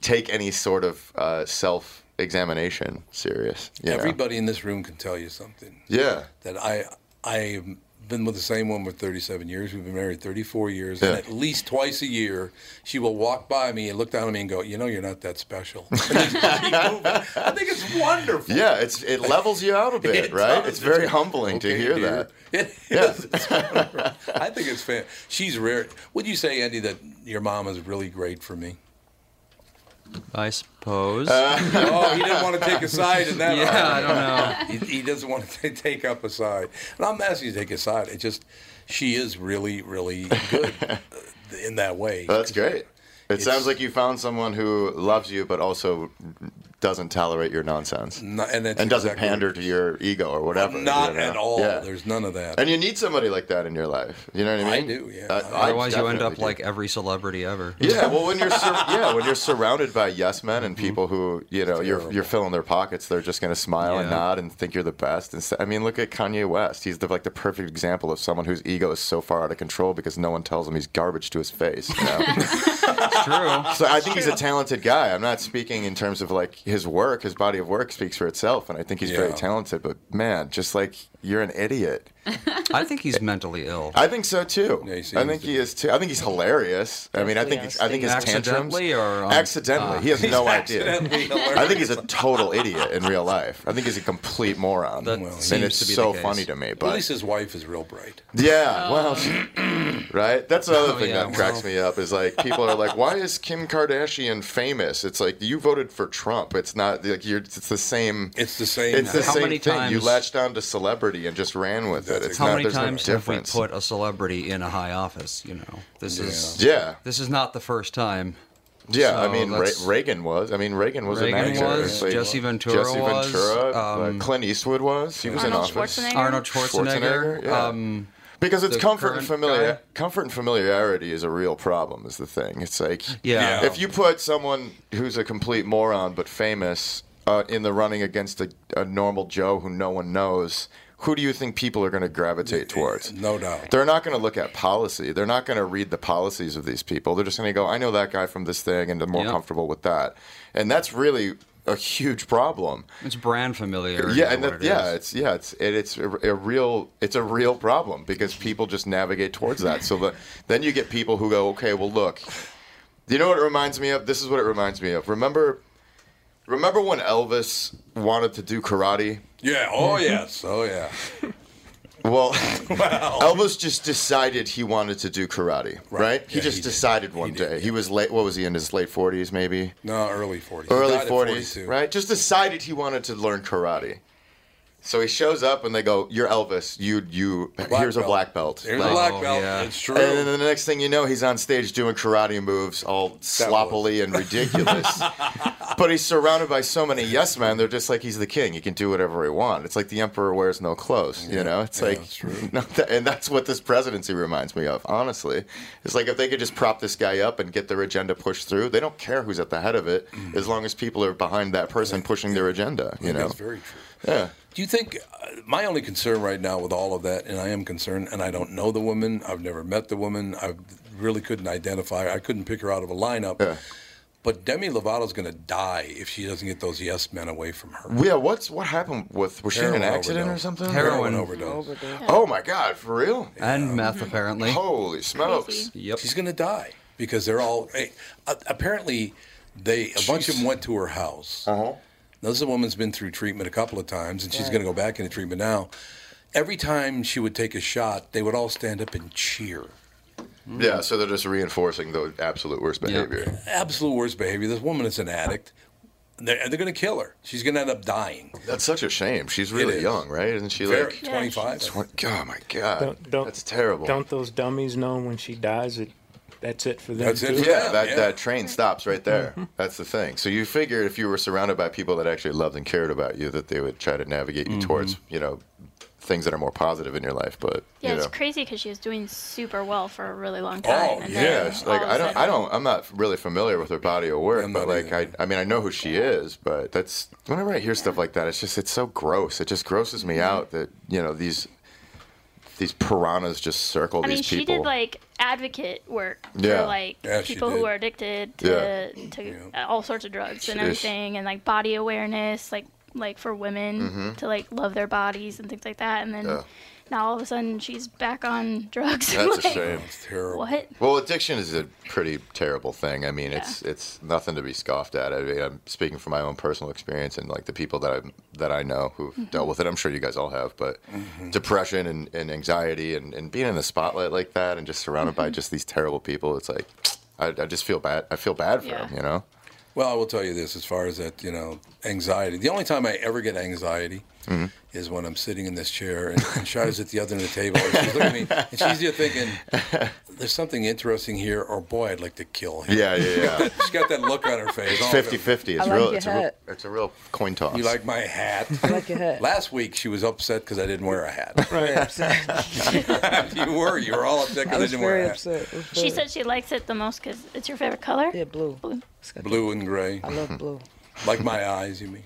[SPEAKER 5] take any sort of uh, self examination serious. you know?
[SPEAKER 1] Everybody in this room can tell you something.
[SPEAKER 5] Yeah.
[SPEAKER 1] That I I've been with the same woman for 37 years. We've been married 34 years, and
[SPEAKER 5] Yeah.
[SPEAKER 1] at least twice a year, she will walk by me and look down at me and go, "You know, you're not that special." And then just keep moving. I think it's wonderful.
[SPEAKER 5] Yeah, it's it levels you out a bit,
[SPEAKER 1] It
[SPEAKER 5] right?
[SPEAKER 1] does.
[SPEAKER 5] It's very humbling to
[SPEAKER 1] Okay,
[SPEAKER 5] hear
[SPEAKER 1] dear.
[SPEAKER 5] that.
[SPEAKER 1] It
[SPEAKER 5] Yeah.
[SPEAKER 1] is. It's wonderful. I think it's fan. She's rare. Would you say, Andy, that your mom is really great for me?
[SPEAKER 3] I suppose.
[SPEAKER 1] oh, he didn't want to take a side in that.
[SPEAKER 3] yeah, I don't know.
[SPEAKER 1] he, he doesn't want to take up a side. And I'm not asking you to take a side. It just she is really, really good uh, in that way.
[SPEAKER 5] That's great. It
[SPEAKER 1] It's-
[SPEAKER 5] sounds like you found someone who loves you but also doesn't tolerate your nonsense
[SPEAKER 1] No- and, that's
[SPEAKER 5] and doesn't
[SPEAKER 1] exactly-
[SPEAKER 5] pander to your ego or whatever.
[SPEAKER 1] Not
[SPEAKER 5] you know?
[SPEAKER 1] at all.
[SPEAKER 5] Yeah.
[SPEAKER 1] There's none of that.
[SPEAKER 5] And you need somebody like that in your life. You know what
[SPEAKER 1] I
[SPEAKER 5] I mean?
[SPEAKER 1] do, yeah.
[SPEAKER 5] I- I
[SPEAKER 3] Otherwise, you end
[SPEAKER 5] definitely
[SPEAKER 3] up
[SPEAKER 5] do.
[SPEAKER 3] like every celebrity ever.
[SPEAKER 5] Yeah, well, when you're sur- yeah, when you're surrounded by yes men
[SPEAKER 1] Mm-hmm.
[SPEAKER 5] and people who you know you're you're filling their pockets, they're just gonna smile and
[SPEAKER 3] Yeah.
[SPEAKER 5] nod and think you're the best. And st- I mean, look at Kanye West. He's the, like the perfect example of someone whose ego is so far out of control because no one tells him he's garbage to his face. You know?
[SPEAKER 3] It's true.
[SPEAKER 5] so I think he's a talented guy. I'm not speaking in terms of like his work. His body of work speaks for itself, and I think he's very
[SPEAKER 1] Yeah.
[SPEAKER 5] talented. But man, just like you're an idiot.
[SPEAKER 3] I think he's mentally ill.
[SPEAKER 5] I think so too.
[SPEAKER 1] Yeah, he
[SPEAKER 5] I
[SPEAKER 1] seems
[SPEAKER 5] think
[SPEAKER 1] to-
[SPEAKER 5] he is too. I think he's hilarious. I mean, I think
[SPEAKER 7] Definitely
[SPEAKER 5] I think his tantrums
[SPEAKER 3] Accidentally or on-
[SPEAKER 5] accidentally.
[SPEAKER 3] Ah.
[SPEAKER 5] he has no idea.
[SPEAKER 1] Accidentally
[SPEAKER 5] I
[SPEAKER 1] alert.
[SPEAKER 5] think he's a total idiot in real life. I think he's a complete moron.
[SPEAKER 3] That
[SPEAKER 5] and
[SPEAKER 3] seems
[SPEAKER 5] it's
[SPEAKER 3] to be
[SPEAKER 5] so
[SPEAKER 3] the case.
[SPEAKER 5] funny to me.
[SPEAKER 1] At
[SPEAKER 5] But
[SPEAKER 1] least his wife is real bright.
[SPEAKER 5] yeah, well, right. That's another
[SPEAKER 3] Oh,
[SPEAKER 5] thing
[SPEAKER 3] Um, yeah,
[SPEAKER 5] that cracks
[SPEAKER 3] well.
[SPEAKER 5] me up is like people are like, "Why is Kim Kardashian famous?" It's like you voted for Trump. It's not like you're. It's the same.
[SPEAKER 1] It's the same.
[SPEAKER 5] It's the
[SPEAKER 3] How
[SPEAKER 5] same
[SPEAKER 3] many
[SPEAKER 5] thing. you
[SPEAKER 3] times-
[SPEAKER 5] latched on to celebrity and just ran with it. It's
[SPEAKER 3] How
[SPEAKER 5] not.
[SPEAKER 3] many
[SPEAKER 5] there's
[SPEAKER 3] times
[SPEAKER 5] no
[SPEAKER 3] have we
[SPEAKER 5] difference.
[SPEAKER 3] put a celebrity in a high office? You know, this is
[SPEAKER 5] yeah.
[SPEAKER 3] this is not the first time.
[SPEAKER 5] Yeah, I
[SPEAKER 3] So
[SPEAKER 5] mean Re-
[SPEAKER 3] that's-
[SPEAKER 5] Reagan was. I mean Reagan was an
[SPEAKER 3] Reagan
[SPEAKER 5] actor.
[SPEAKER 3] was,
[SPEAKER 5] It's like-
[SPEAKER 3] Jesse Ventura
[SPEAKER 5] Jesse
[SPEAKER 3] was,
[SPEAKER 5] Ventura, uh,
[SPEAKER 3] um,
[SPEAKER 5] Clint Eastwood was. He was in
[SPEAKER 9] Arnold
[SPEAKER 5] office.
[SPEAKER 9] Schwarzenegger?
[SPEAKER 3] Arnold Schwarzenegger.
[SPEAKER 5] Schwarzenegger, yeah.
[SPEAKER 3] um,
[SPEAKER 5] Because it's
[SPEAKER 3] The
[SPEAKER 5] comfort and
[SPEAKER 3] current
[SPEAKER 5] familiar.
[SPEAKER 3] guy?
[SPEAKER 5] Comfort and familiarity is a real problem. Is the thing. It's like
[SPEAKER 3] Yeah.
[SPEAKER 5] if you put someone who's a complete moron but famous uh, in the running against a, a normal Joe who no one knows, who do you think people are going to gravitate towards?
[SPEAKER 1] No doubt.
[SPEAKER 5] They're not going to look at policy. They're not going to read the policies of these people. They're just going to go, I know that guy from this thing, and I'm more
[SPEAKER 3] Yeah.
[SPEAKER 5] comfortable with that. And that's really a huge problem.
[SPEAKER 3] it's brand familiar.
[SPEAKER 5] Yeah, and that, yeah, it's yeah, it's it, it's a, a real it's a real problem because people just navigate towards that. So the, then you get people who go, okay, well look, you know what it reminds me of? This is what it reminds me of. Remember, remember when Elvis wanted to do karate?
[SPEAKER 1] Yeah.
[SPEAKER 5] Mm-hmm.
[SPEAKER 1] Oh yes. Oh yeah.
[SPEAKER 5] Well, Elvis just decided he wanted to do karate, right? He
[SPEAKER 1] Yeah,
[SPEAKER 5] just
[SPEAKER 1] he did.
[SPEAKER 5] decided one day. He was late. What was he in his late forties, maybe?
[SPEAKER 1] No, early 40s.
[SPEAKER 5] early
[SPEAKER 1] Died at
[SPEAKER 5] 40s,
[SPEAKER 1] 42.
[SPEAKER 5] right? Just decided he wanted to learn karate. So he shows up and they go, "You're Elvis. You you here's a
[SPEAKER 1] belt.
[SPEAKER 5] black belt."
[SPEAKER 1] There's
[SPEAKER 5] Like-
[SPEAKER 1] a black
[SPEAKER 3] Oh,
[SPEAKER 1] belt.
[SPEAKER 3] yeah.
[SPEAKER 1] It's true.
[SPEAKER 5] and uh, then the next thing you know, he's on stage doing karate moves, all sloppily and ridiculous. but he's surrounded by so many yes men. They're just like he's the king. He can do whatever he wants. It's like the emperor wears no clothes. You know, it's
[SPEAKER 1] Yeah,
[SPEAKER 5] like,
[SPEAKER 1] that's true.
[SPEAKER 5] not that- and that's what this presidency reminds me of. Honestly, it's like if they could just prop this guy up and get their agenda pushed through, they don't care who's at the head of it,
[SPEAKER 1] Mm.
[SPEAKER 5] as long as people are behind that person pushing their agenda. You know,
[SPEAKER 1] That's very true.
[SPEAKER 5] yeah.
[SPEAKER 1] Do you think uh, my only concern right now with all of that, and I am concerned, and I don't know the woman, I've never met the woman, I really couldn't identify her, I couldn't pick her out of a lineup.
[SPEAKER 5] Yeah.
[SPEAKER 1] But Demi Lovato's going to die if she doesn't get those yes men away from her.
[SPEAKER 5] Yeah, what's what happened with was she in an
[SPEAKER 1] Heroin
[SPEAKER 5] accident
[SPEAKER 1] overdose.
[SPEAKER 5] or something?
[SPEAKER 3] Heroin.
[SPEAKER 1] overdose.
[SPEAKER 5] Oh my god, for real?
[SPEAKER 3] and meth apparently.
[SPEAKER 5] Holy smokes.
[SPEAKER 9] Crazy.
[SPEAKER 3] Yep.
[SPEAKER 1] She's going to die because they're all. eh, uh, apparently, they a bunch of them went to her house.
[SPEAKER 5] Uh-huh.
[SPEAKER 1] Now, this woman's been through treatment a couple of times, and she's going to go back into treatment now. Every time she would take a shot, they would all stand up and cheer.
[SPEAKER 5] Yeah, so they're just reinforcing the absolute worst behavior.
[SPEAKER 1] absolute worst behavior. This woman is an addict. They're, they're going to kill her. She's going to end up dying.
[SPEAKER 5] That's such a shame. She's really
[SPEAKER 1] is.
[SPEAKER 5] young, right? Isn't she
[SPEAKER 1] Very-
[SPEAKER 5] like?
[SPEAKER 1] 25.
[SPEAKER 5] twen- Oh my god,
[SPEAKER 6] Don't, don't,
[SPEAKER 5] that's terrible.
[SPEAKER 6] Don't those dummies know when she dies that that's it for them?
[SPEAKER 1] That's it.
[SPEAKER 6] too?
[SPEAKER 5] yeah, that,
[SPEAKER 1] Yeah.
[SPEAKER 5] that train stops right there. That's the thing. So you figure if you were surrounded by people that actually loved and cared about you, that they would try to navigate you towards, you know, things that are more positive in your life. But
[SPEAKER 2] Yeah,
[SPEAKER 5] you know.
[SPEAKER 2] it's crazy because she was doing super well for a really long time.
[SPEAKER 5] Oh
[SPEAKER 2] and
[SPEAKER 5] yeah,
[SPEAKER 2] then
[SPEAKER 5] it's like
[SPEAKER 2] all of a
[SPEAKER 5] I don't,
[SPEAKER 2] sudden-
[SPEAKER 5] I don't, I'm not really familiar with her body of work, but like I, I mean, I know who she is, but that's whenever I hear stuff like that, it's just it's so gross. It just grosses
[SPEAKER 2] Mm-hmm.
[SPEAKER 5] me out that you know these these piranhas just circle
[SPEAKER 2] I mean,
[SPEAKER 5] these
[SPEAKER 2] she
[SPEAKER 5] people.
[SPEAKER 2] did like advocate work
[SPEAKER 5] Yeah.
[SPEAKER 2] for like
[SPEAKER 5] Yeah, she
[SPEAKER 2] people who
[SPEAKER 5] did.
[SPEAKER 2] are addicted to, to all sorts of drugs and
[SPEAKER 5] Sheesh.
[SPEAKER 2] everything, and like body awareness, like like for women
[SPEAKER 5] Mhm.
[SPEAKER 2] to like love their bodies and things like that. And then
[SPEAKER 5] Yeah.
[SPEAKER 2] now all of a sudden she's back on drugs.
[SPEAKER 5] That's a
[SPEAKER 2] Like,
[SPEAKER 5] shame.
[SPEAKER 1] terrible.
[SPEAKER 2] What?
[SPEAKER 5] Well, addiction is a pretty terrible thing. I mean, it's it's nothing to be scoffed at. I mean, I'm speaking from my own personal experience and like the people that I that I know who've
[SPEAKER 3] Mm-hmm.
[SPEAKER 7] Mhm.
[SPEAKER 5] dealt with it. I'm sure you guys all have, but depression and, and anxiety and, and being in the spotlight like that and just surrounded
[SPEAKER 3] Mm-hmm.
[SPEAKER 5] by just these terrible people, it's like I, I just feel bad. I feel bad for
[SPEAKER 1] Yeah.
[SPEAKER 5] them, you know.
[SPEAKER 1] Well, I will tell you this as far as that, you know, anxiety. The only time I ever get anxiety
[SPEAKER 5] Mhm.
[SPEAKER 1] is when I'm sitting in this chair and, and Shia's at the other end of the table. And she's looking at me and she's either thinking, there's something interesting here, or boy, I'd like to kill him.
[SPEAKER 5] Yeah, yeah, yeah.
[SPEAKER 1] she's got that look on her face.
[SPEAKER 5] It's 50-50. It's
[SPEAKER 3] I like
[SPEAKER 5] real.
[SPEAKER 3] your
[SPEAKER 5] It's a real,
[SPEAKER 3] hat.
[SPEAKER 5] it's a real coin toss.
[SPEAKER 1] You like my hat? I
[SPEAKER 3] like your hat.
[SPEAKER 1] Last week she was upset because I didn't wear a hat.
[SPEAKER 3] Very upset.
[SPEAKER 1] you were. You were all upset because I, didn't wear a hat.
[SPEAKER 2] She said she likes it the most because it's your favorite color. Oh,
[SPEAKER 3] Yeah, blue.
[SPEAKER 2] Blue.
[SPEAKER 1] Blue and gray.
[SPEAKER 3] I love blue.
[SPEAKER 1] Like my eyes, you mean?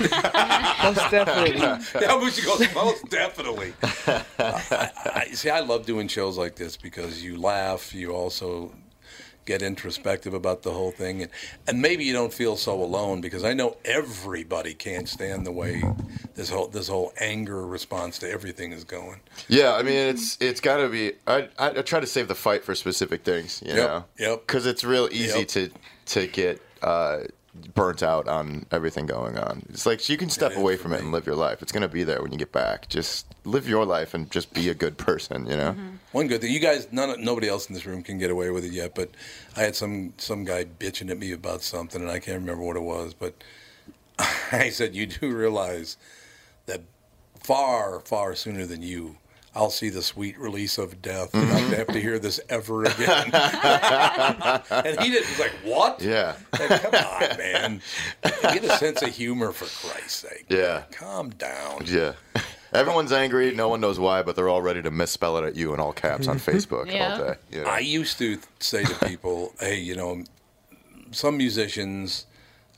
[SPEAKER 3] Most definitely.
[SPEAKER 1] that was she goes, most definitely. I, I- see, I love doing shows like this because you laugh. You also get introspective about the whole thing, and, and maybe you don't feel so alone because I know everybody can't stand the way this whole this whole anger response to everything is going.
[SPEAKER 5] Yeah, I mean it's it's got to be. I, I I try to save the fight for specific things, you
[SPEAKER 1] Yep,
[SPEAKER 5] know.
[SPEAKER 1] yep.
[SPEAKER 5] Because it's real easy to to get uh, burnt out on everything going on. It's like you can step away from it and live your life. It's gonna be there when you get back. Just live your life and just be a good person, you know.
[SPEAKER 1] One good thing, you guys, none, nobody else in this room can get away with it yet. But I had some some guy bitching at me about something, and I can't remember what it was. But I said, "You do realize that far, far sooner than you, I'll see the sweet release of death, and not to have to hear this ever again." and he didn't. He's like, "What?
[SPEAKER 5] Yeah,
[SPEAKER 1] Like, come on, man! Get a sense of humor for Christ's sake.
[SPEAKER 5] yeah,
[SPEAKER 1] Calm down."
[SPEAKER 5] yeah. Everyone's angry. No one knows why, but they're all ready to misspell it at you in all caps on Facebook
[SPEAKER 1] Yeah.
[SPEAKER 5] all day. You know?
[SPEAKER 1] I used to say to people, hey, you know, some musicians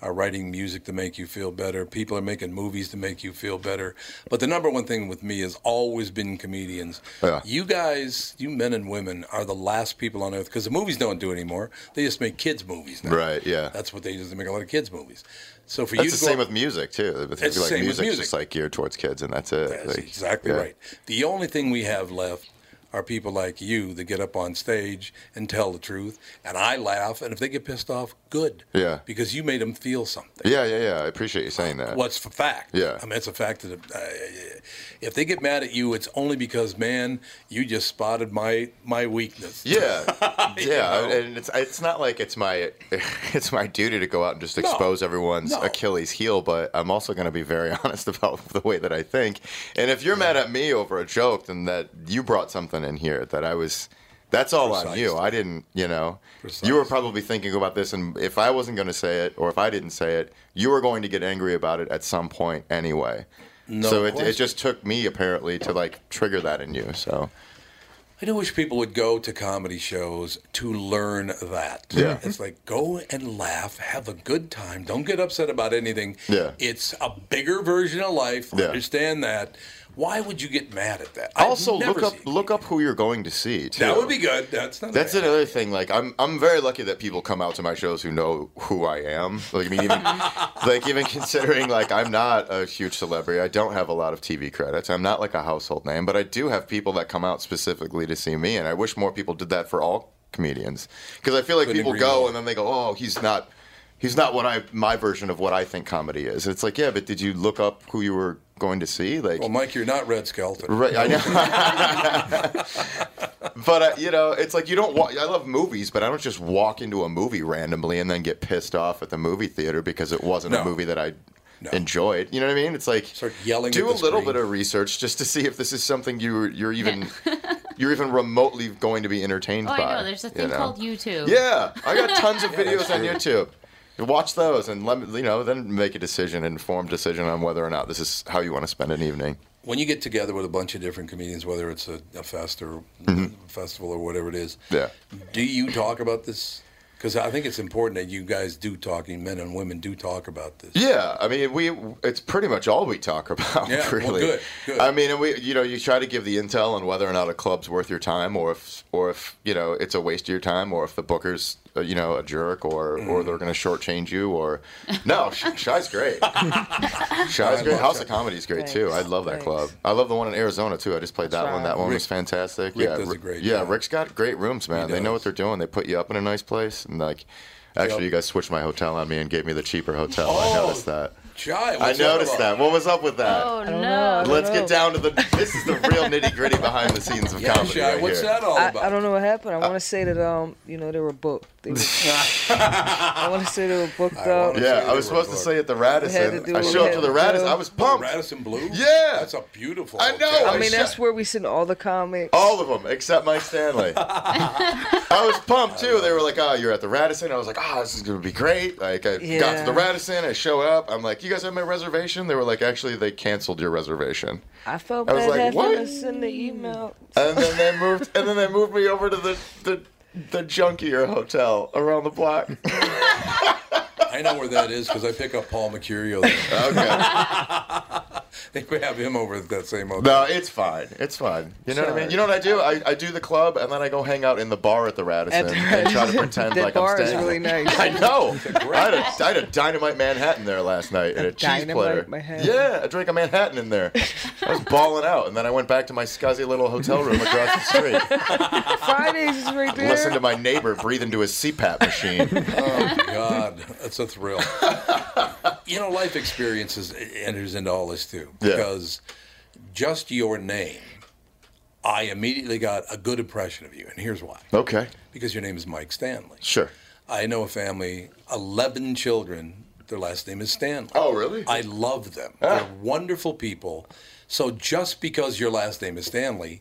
[SPEAKER 1] are writing music to make you feel better. People are making movies to make you feel better. But the number one thing with me has always been comedians.
[SPEAKER 5] Yeah.
[SPEAKER 1] You guys, you men and women, are the last people on earth because the movies don't do it anymore. They just make kids' movies now.
[SPEAKER 5] Right? Yeah.
[SPEAKER 1] That's what they do. They make a lot of kids' movies. So for
[SPEAKER 5] that's
[SPEAKER 1] you,
[SPEAKER 5] the
[SPEAKER 1] to go
[SPEAKER 5] same with music too. I think,
[SPEAKER 1] It's the
[SPEAKER 5] like,
[SPEAKER 1] same with
[SPEAKER 5] music's
[SPEAKER 1] music.
[SPEAKER 5] just like geared towards kids, and that's it.
[SPEAKER 1] That's
[SPEAKER 5] Like,
[SPEAKER 1] exactly
[SPEAKER 5] yeah.
[SPEAKER 1] right. The only thing we have left are people like you that get up on stage and tell the truth, and I laugh. And if they get pissed off, good,
[SPEAKER 5] Yeah.
[SPEAKER 1] because you made them feel something.
[SPEAKER 5] Yeah, yeah, yeah. I appreciate you saying that.
[SPEAKER 1] What's a fact?
[SPEAKER 5] Yeah.
[SPEAKER 1] I mean, it's a fact that uh, if they get mad at you, it's only because man, you just spotted my my weakness.
[SPEAKER 5] Yeah,
[SPEAKER 1] You
[SPEAKER 5] yeah,
[SPEAKER 1] know?
[SPEAKER 5] and it's it's not like it's my it's my duty to go out and just
[SPEAKER 1] No.
[SPEAKER 5] expose everyone's
[SPEAKER 1] No.
[SPEAKER 5] Achilles heel, but I'm also going to be very honest about the way that I think. And if you're mad at me over a joke, then that you brought something in here that I was. That's all on you. I didn't, you know. You were probably thinking about this, and if I wasn't going to say it, or if I didn't say it, you were going to get angry about it at some point anyway.
[SPEAKER 1] No
[SPEAKER 5] so it, it
[SPEAKER 1] question.
[SPEAKER 5] just took me apparently to like trigger that in you. So
[SPEAKER 1] I do wish people would go to comedy shows to learn that.
[SPEAKER 5] Yeah.
[SPEAKER 1] It's like go and laugh, have a good time. Don't get upset about anything.
[SPEAKER 5] Yeah.
[SPEAKER 1] It's a bigger version of life.
[SPEAKER 5] Yeah.
[SPEAKER 1] Understand that. Why would you get mad at that? I've
[SPEAKER 5] also
[SPEAKER 1] never
[SPEAKER 5] look up
[SPEAKER 1] seen-
[SPEAKER 5] look up who you're going to see. Too.
[SPEAKER 1] That would be good. That's not
[SPEAKER 5] That's
[SPEAKER 1] bad.
[SPEAKER 5] another thing. Like I'm, I'm very lucky that people come out to my shows who know who I am. Like I mean, even like even considering like I'm not a huge celebrity. I don't have a lot of TV credits. I'm not like a household name, but I do have people that come out specifically to see me, and I wish more people did that for all comedians because I feel like
[SPEAKER 1] Couldn't
[SPEAKER 5] people
[SPEAKER 1] agree
[SPEAKER 5] go
[SPEAKER 1] more.
[SPEAKER 5] and then they go, oh, he's not. He's not what I my version of what I think comedy is. It's like, yeah, but did you look up who you were going to see? Like,
[SPEAKER 1] Well, Mike, you're not Red Skelton.
[SPEAKER 5] Right, I know. but uh, you know, it's like you don't. Wa- I love movies, but I don't just walk into a movie randomly and then get pissed off at the movie theater because it wasn't a
[SPEAKER 1] No.
[SPEAKER 5] movie that I enjoyed. You know what I mean? It's like
[SPEAKER 1] yelling
[SPEAKER 5] Do
[SPEAKER 1] at
[SPEAKER 5] a
[SPEAKER 1] the
[SPEAKER 5] little
[SPEAKER 1] screen.
[SPEAKER 5] bit of research just to see if this is something you you're even you're even remotely going to be entertained
[SPEAKER 4] Oh,
[SPEAKER 5] by.
[SPEAKER 4] I know. There's a
[SPEAKER 5] you
[SPEAKER 4] thing
[SPEAKER 5] know?
[SPEAKER 4] called YouTube.
[SPEAKER 5] Yeah, I got tons of
[SPEAKER 4] Yeah, that's
[SPEAKER 5] videos on
[SPEAKER 4] true.
[SPEAKER 5] YouTube. Watch those and let me, you know, then make a decision, an informed decision on whether or not this is how you want to spend an evening.
[SPEAKER 1] when you get together with a bunch of different comedians, whether it's a, a fest or festival or whatever it is,
[SPEAKER 5] Mm-hmm. Yeah.
[SPEAKER 1] do you talk about this? Because I think it's important that you guys do talking, men and women do talk about this.
[SPEAKER 5] Yeah, I mean, we it's pretty much all we talk about.
[SPEAKER 1] Yeah, well,
[SPEAKER 5] really.
[SPEAKER 1] good, good.
[SPEAKER 5] I mean, and we you know you try to give the intel on whether or not a club's worth your time, or if or if you know it's a waste of your time, or if the booker's uh, you know a jerk, or
[SPEAKER 1] Mm.
[SPEAKER 5] or they're going to shortchange you, or no, Sh- Shy's great. Shy's great. House of Comedy's great too. I
[SPEAKER 8] Thanks,
[SPEAKER 5] love that
[SPEAKER 8] thanks.
[SPEAKER 5] club. I love the one in Arizona too. I just played that
[SPEAKER 8] That's
[SPEAKER 5] one.
[SPEAKER 8] right.
[SPEAKER 5] That one was fantastic.
[SPEAKER 1] Rick
[SPEAKER 5] yeah,
[SPEAKER 1] does a
[SPEAKER 5] Ri-
[SPEAKER 1] great
[SPEAKER 5] yeah.
[SPEAKER 1] job.
[SPEAKER 5] Rick's got great rooms, man. They know what they're doing. They put you up in a nice place, and like. Actually,
[SPEAKER 1] Yep.
[SPEAKER 5] you guys switched my hotel on me and gave me the cheaper hotel. I
[SPEAKER 1] Oh,
[SPEAKER 5] noticed that.
[SPEAKER 1] Shy,
[SPEAKER 5] I
[SPEAKER 1] what's up
[SPEAKER 5] noticed
[SPEAKER 1] about-
[SPEAKER 5] that. What was up with that?
[SPEAKER 7] Oh
[SPEAKER 8] don't
[SPEAKER 7] no.
[SPEAKER 8] know.
[SPEAKER 5] Let's get down to the. This is the real nitty gritty behind the scenes of
[SPEAKER 1] Yeah,
[SPEAKER 5] comedy.
[SPEAKER 1] Shy,
[SPEAKER 5] right
[SPEAKER 1] what's
[SPEAKER 5] here.
[SPEAKER 1] that all
[SPEAKER 8] I,
[SPEAKER 1] about?
[SPEAKER 8] I don't know what happened. I want to say that um, you know, they were booked. They were, I want to say they were booked up.
[SPEAKER 1] wanna-
[SPEAKER 5] Yeah,
[SPEAKER 1] They
[SPEAKER 5] I
[SPEAKER 1] were
[SPEAKER 5] was supposed to
[SPEAKER 1] booked.
[SPEAKER 5] say at the
[SPEAKER 8] Had to do
[SPEAKER 5] Radisson. I
[SPEAKER 8] what we
[SPEAKER 5] showed up
[SPEAKER 8] had
[SPEAKER 5] to the
[SPEAKER 8] to
[SPEAKER 5] Radisson.
[SPEAKER 8] do.
[SPEAKER 5] I was pumped.
[SPEAKER 1] Radisson Blue?
[SPEAKER 5] Yeah.
[SPEAKER 1] That's a beautiful
[SPEAKER 5] I know.
[SPEAKER 1] hotel.
[SPEAKER 8] I mean,
[SPEAKER 5] shit.
[SPEAKER 8] that's where we send all the comics.
[SPEAKER 5] All of them except Mike Stanley. I was pumped too. They were like, "Oh, you're at the Radisson." I was like, "Oh, this is gonna be great." Like, I got to
[SPEAKER 8] Yeah.
[SPEAKER 5] the Radisson. I show up. I'm like, "You guys have my reservation?" They were like, "Actually, they canceled your reservation."
[SPEAKER 8] I felt
[SPEAKER 5] I
[SPEAKER 8] bad
[SPEAKER 5] was like,
[SPEAKER 8] having
[SPEAKER 5] what?
[SPEAKER 8] to send the email.
[SPEAKER 5] and then they moved and then they moved me over to the the, the junkier hotel around the block.
[SPEAKER 1] I know where that is because I pick up Paul Mercurio there.
[SPEAKER 5] Okay.
[SPEAKER 1] I think we have him over at that same hotel.
[SPEAKER 5] no, it's fine. It's fine. You know what I mean? You know what I do? I, I do the club and then I go hang out in the bar at the Radisson
[SPEAKER 8] At the
[SPEAKER 5] and try to
[SPEAKER 8] Radisson.
[SPEAKER 5] pretend
[SPEAKER 8] That
[SPEAKER 5] like
[SPEAKER 8] bar
[SPEAKER 5] I'm
[SPEAKER 8] is
[SPEAKER 5] staying.
[SPEAKER 8] really nice.
[SPEAKER 5] I know. I had, a, I had a dynamite Manhattan there last night and a cheese
[SPEAKER 8] Dynamite
[SPEAKER 5] platter.
[SPEAKER 8] Manhattan.
[SPEAKER 5] Yeah, I drank a Manhattan in there. I was balling out, and then I went back to my scuzzy little hotel room across the street.
[SPEAKER 8] Fridays is right there.
[SPEAKER 5] Listened to my neighbor breathe into his CPAP machine.
[SPEAKER 1] Oh God, that's a thrill. you know, life experiences enters into all this too,
[SPEAKER 5] Yeah.
[SPEAKER 1] because just your name, I immediately got a good impression of you, and here's why:
[SPEAKER 5] Okay,
[SPEAKER 1] because your name is Mike Stanley.
[SPEAKER 5] sure.
[SPEAKER 1] I know a family, eleven children. Their last name is Stanley.
[SPEAKER 5] Oh, really?
[SPEAKER 1] I love them.
[SPEAKER 5] Ah.
[SPEAKER 1] They're wonderful people. So just because your last name is Stanley,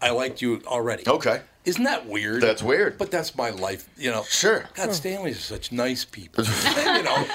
[SPEAKER 1] I liked you already.
[SPEAKER 5] Okay.
[SPEAKER 1] Isn't that weird?
[SPEAKER 5] That's weird.
[SPEAKER 1] But that's my life, you know.
[SPEAKER 5] Sure.
[SPEAKER 1] God, Stanleys are such nice people. you know,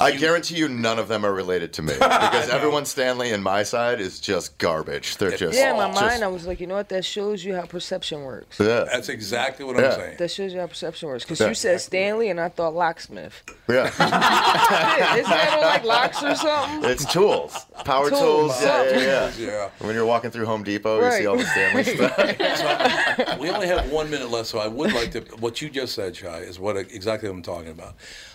[SPEAKER 5] I guarantee you none of them are related to me because everyone Stanley and my side is just garbage. They're just
[SPEAKER 8] yeah, in my
[SPEAKER 5] just-
[SPEAKER 8] mind, I was like, you know what? That shows you how perception works.
[SPEAKER 5] yeah,
[SPEAKER 1] that's exactly what
[SPEAKER 5] Yeah.
[SPEAKER 1] I'm saying.
[SPEAKER 8] That shows you how perception works. Because
[SPEAKER 5] Yeah.
[SPEAKER 8] you said Stanley, and I thought locksmith.
[SPEAKER 5] yeah.
[SPEAKER 8] Yeah, Isn't that on like locks or something?
[SPEAKER 5] It's tools, power
[SPEAKER 8] Tools.
[SPEAKER 5] tools. Yeah, yeah, yeah.
[SPEAKER 1] Yeah.
[SPEAKER 5] When you're walking through Home Depot, you see
[SPEAKER 8] Right.
[SPEAKER 5] all the Stanley stuff.
[SPEAKER 1] we only have one minute left, so I would like to. What you just said, Shai, is what exactly I'm talking about.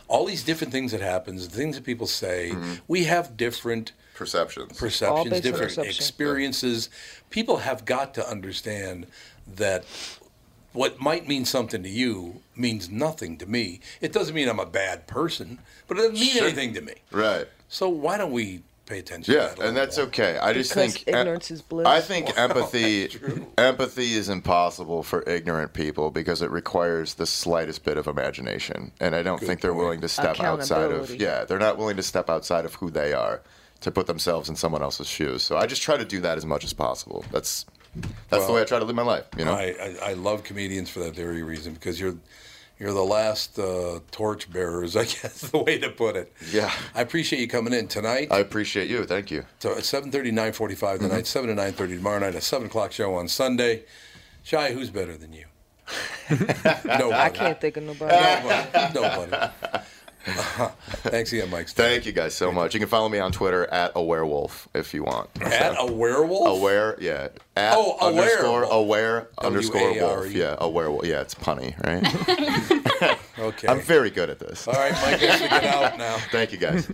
[SPEAKER 1] All these different things that happens, things that people say,
[SPEAKER 5] Mm-hmm.
[SPEAKER 1] we have different
[SPEAKER 5] Perceptions.
[SPEAKER 1] perceptions,
[SPEAKER 8] based on
[SPEAKER 1] different
[SPEAKER 8] perception.
[SPEAKER 1] experiences. People have got to understand that what might mean something to you means nothing to me. It doesn't mean I'm a bad person, but it doesn't mean anything to me.
[SPEAKER 5] right.
[SPEAKER 1] So why don't we pay attention?
[SPEAKER 5] Yeah,
[SPEAKER 1] to that a
[SPEAKER 5] and
[SPEAKER 1] little
[SPEAKER 5] that's
[SPEAKER 1] more?
[SPEAKER 5] okay. I just
[SPEAKER 8] Because
[SPEAKER 5] think uh,
[SPEAKER 8] ignorance is bliss.
[SPEAKER 5] I think empathy empathy is impossible for ignorant people because it requires the slightest bit of imagination, and I don't think they're willing to step outside of
[SPEAKER 8] Accountability.
[SPEAKER 5] yeah, they're not willing to step outside of who they are to put themselves in someone else's shoes. So I just try to do that as much as possible. That's that's the way I try to live my life. You know,
[SPEAKER 1] I, I, I love comedians for that very reason because you're you're the last uh, torch bearers, I guess the way to put it.
[SPEAKER 5] Yeah.
[SPEAKER 1] I appreciate you coming in tonight.
[SPEAKER 5] I appreciate you. Thank you.
[SPEAKER 1] So at 7.30, 9.45 tonight, 7 to 9.30 tomorrow night, a 7 o'clock show on Sunday. Shai, who's better than you? nobody.
[SPEAKER 8] I can't think of nobody.
[SPEAKER 5] Uh,
[SPEAKER 1] Nobody. nobody. Thanks again, Mike.
[SPEAKER 5] Thank you guys so much. You can follow me on Twitter at a werewolf if you want.
[SPEAKER 1] At a werewolf?
[SPEAKER 5] Aware, yeah. At
[SPEAKER 1] Oh, a
[SPEAKER 5] underscore
[SPEAKER 1] werewolf.
[SPEAKER 5] aware underscore wolf.
[SPEAKER 1] W-A-R-E.
[SPEAKER 5] Yeah, a E. werewolf. Yeah, it's punny, right?
[SPEAKER 1] Okay.
[SPEAKER 5] I'm very good at this.
[SPEAKER 1] All right, Mike, you have to get out now.
[SPEAKER 5] Thank you guys.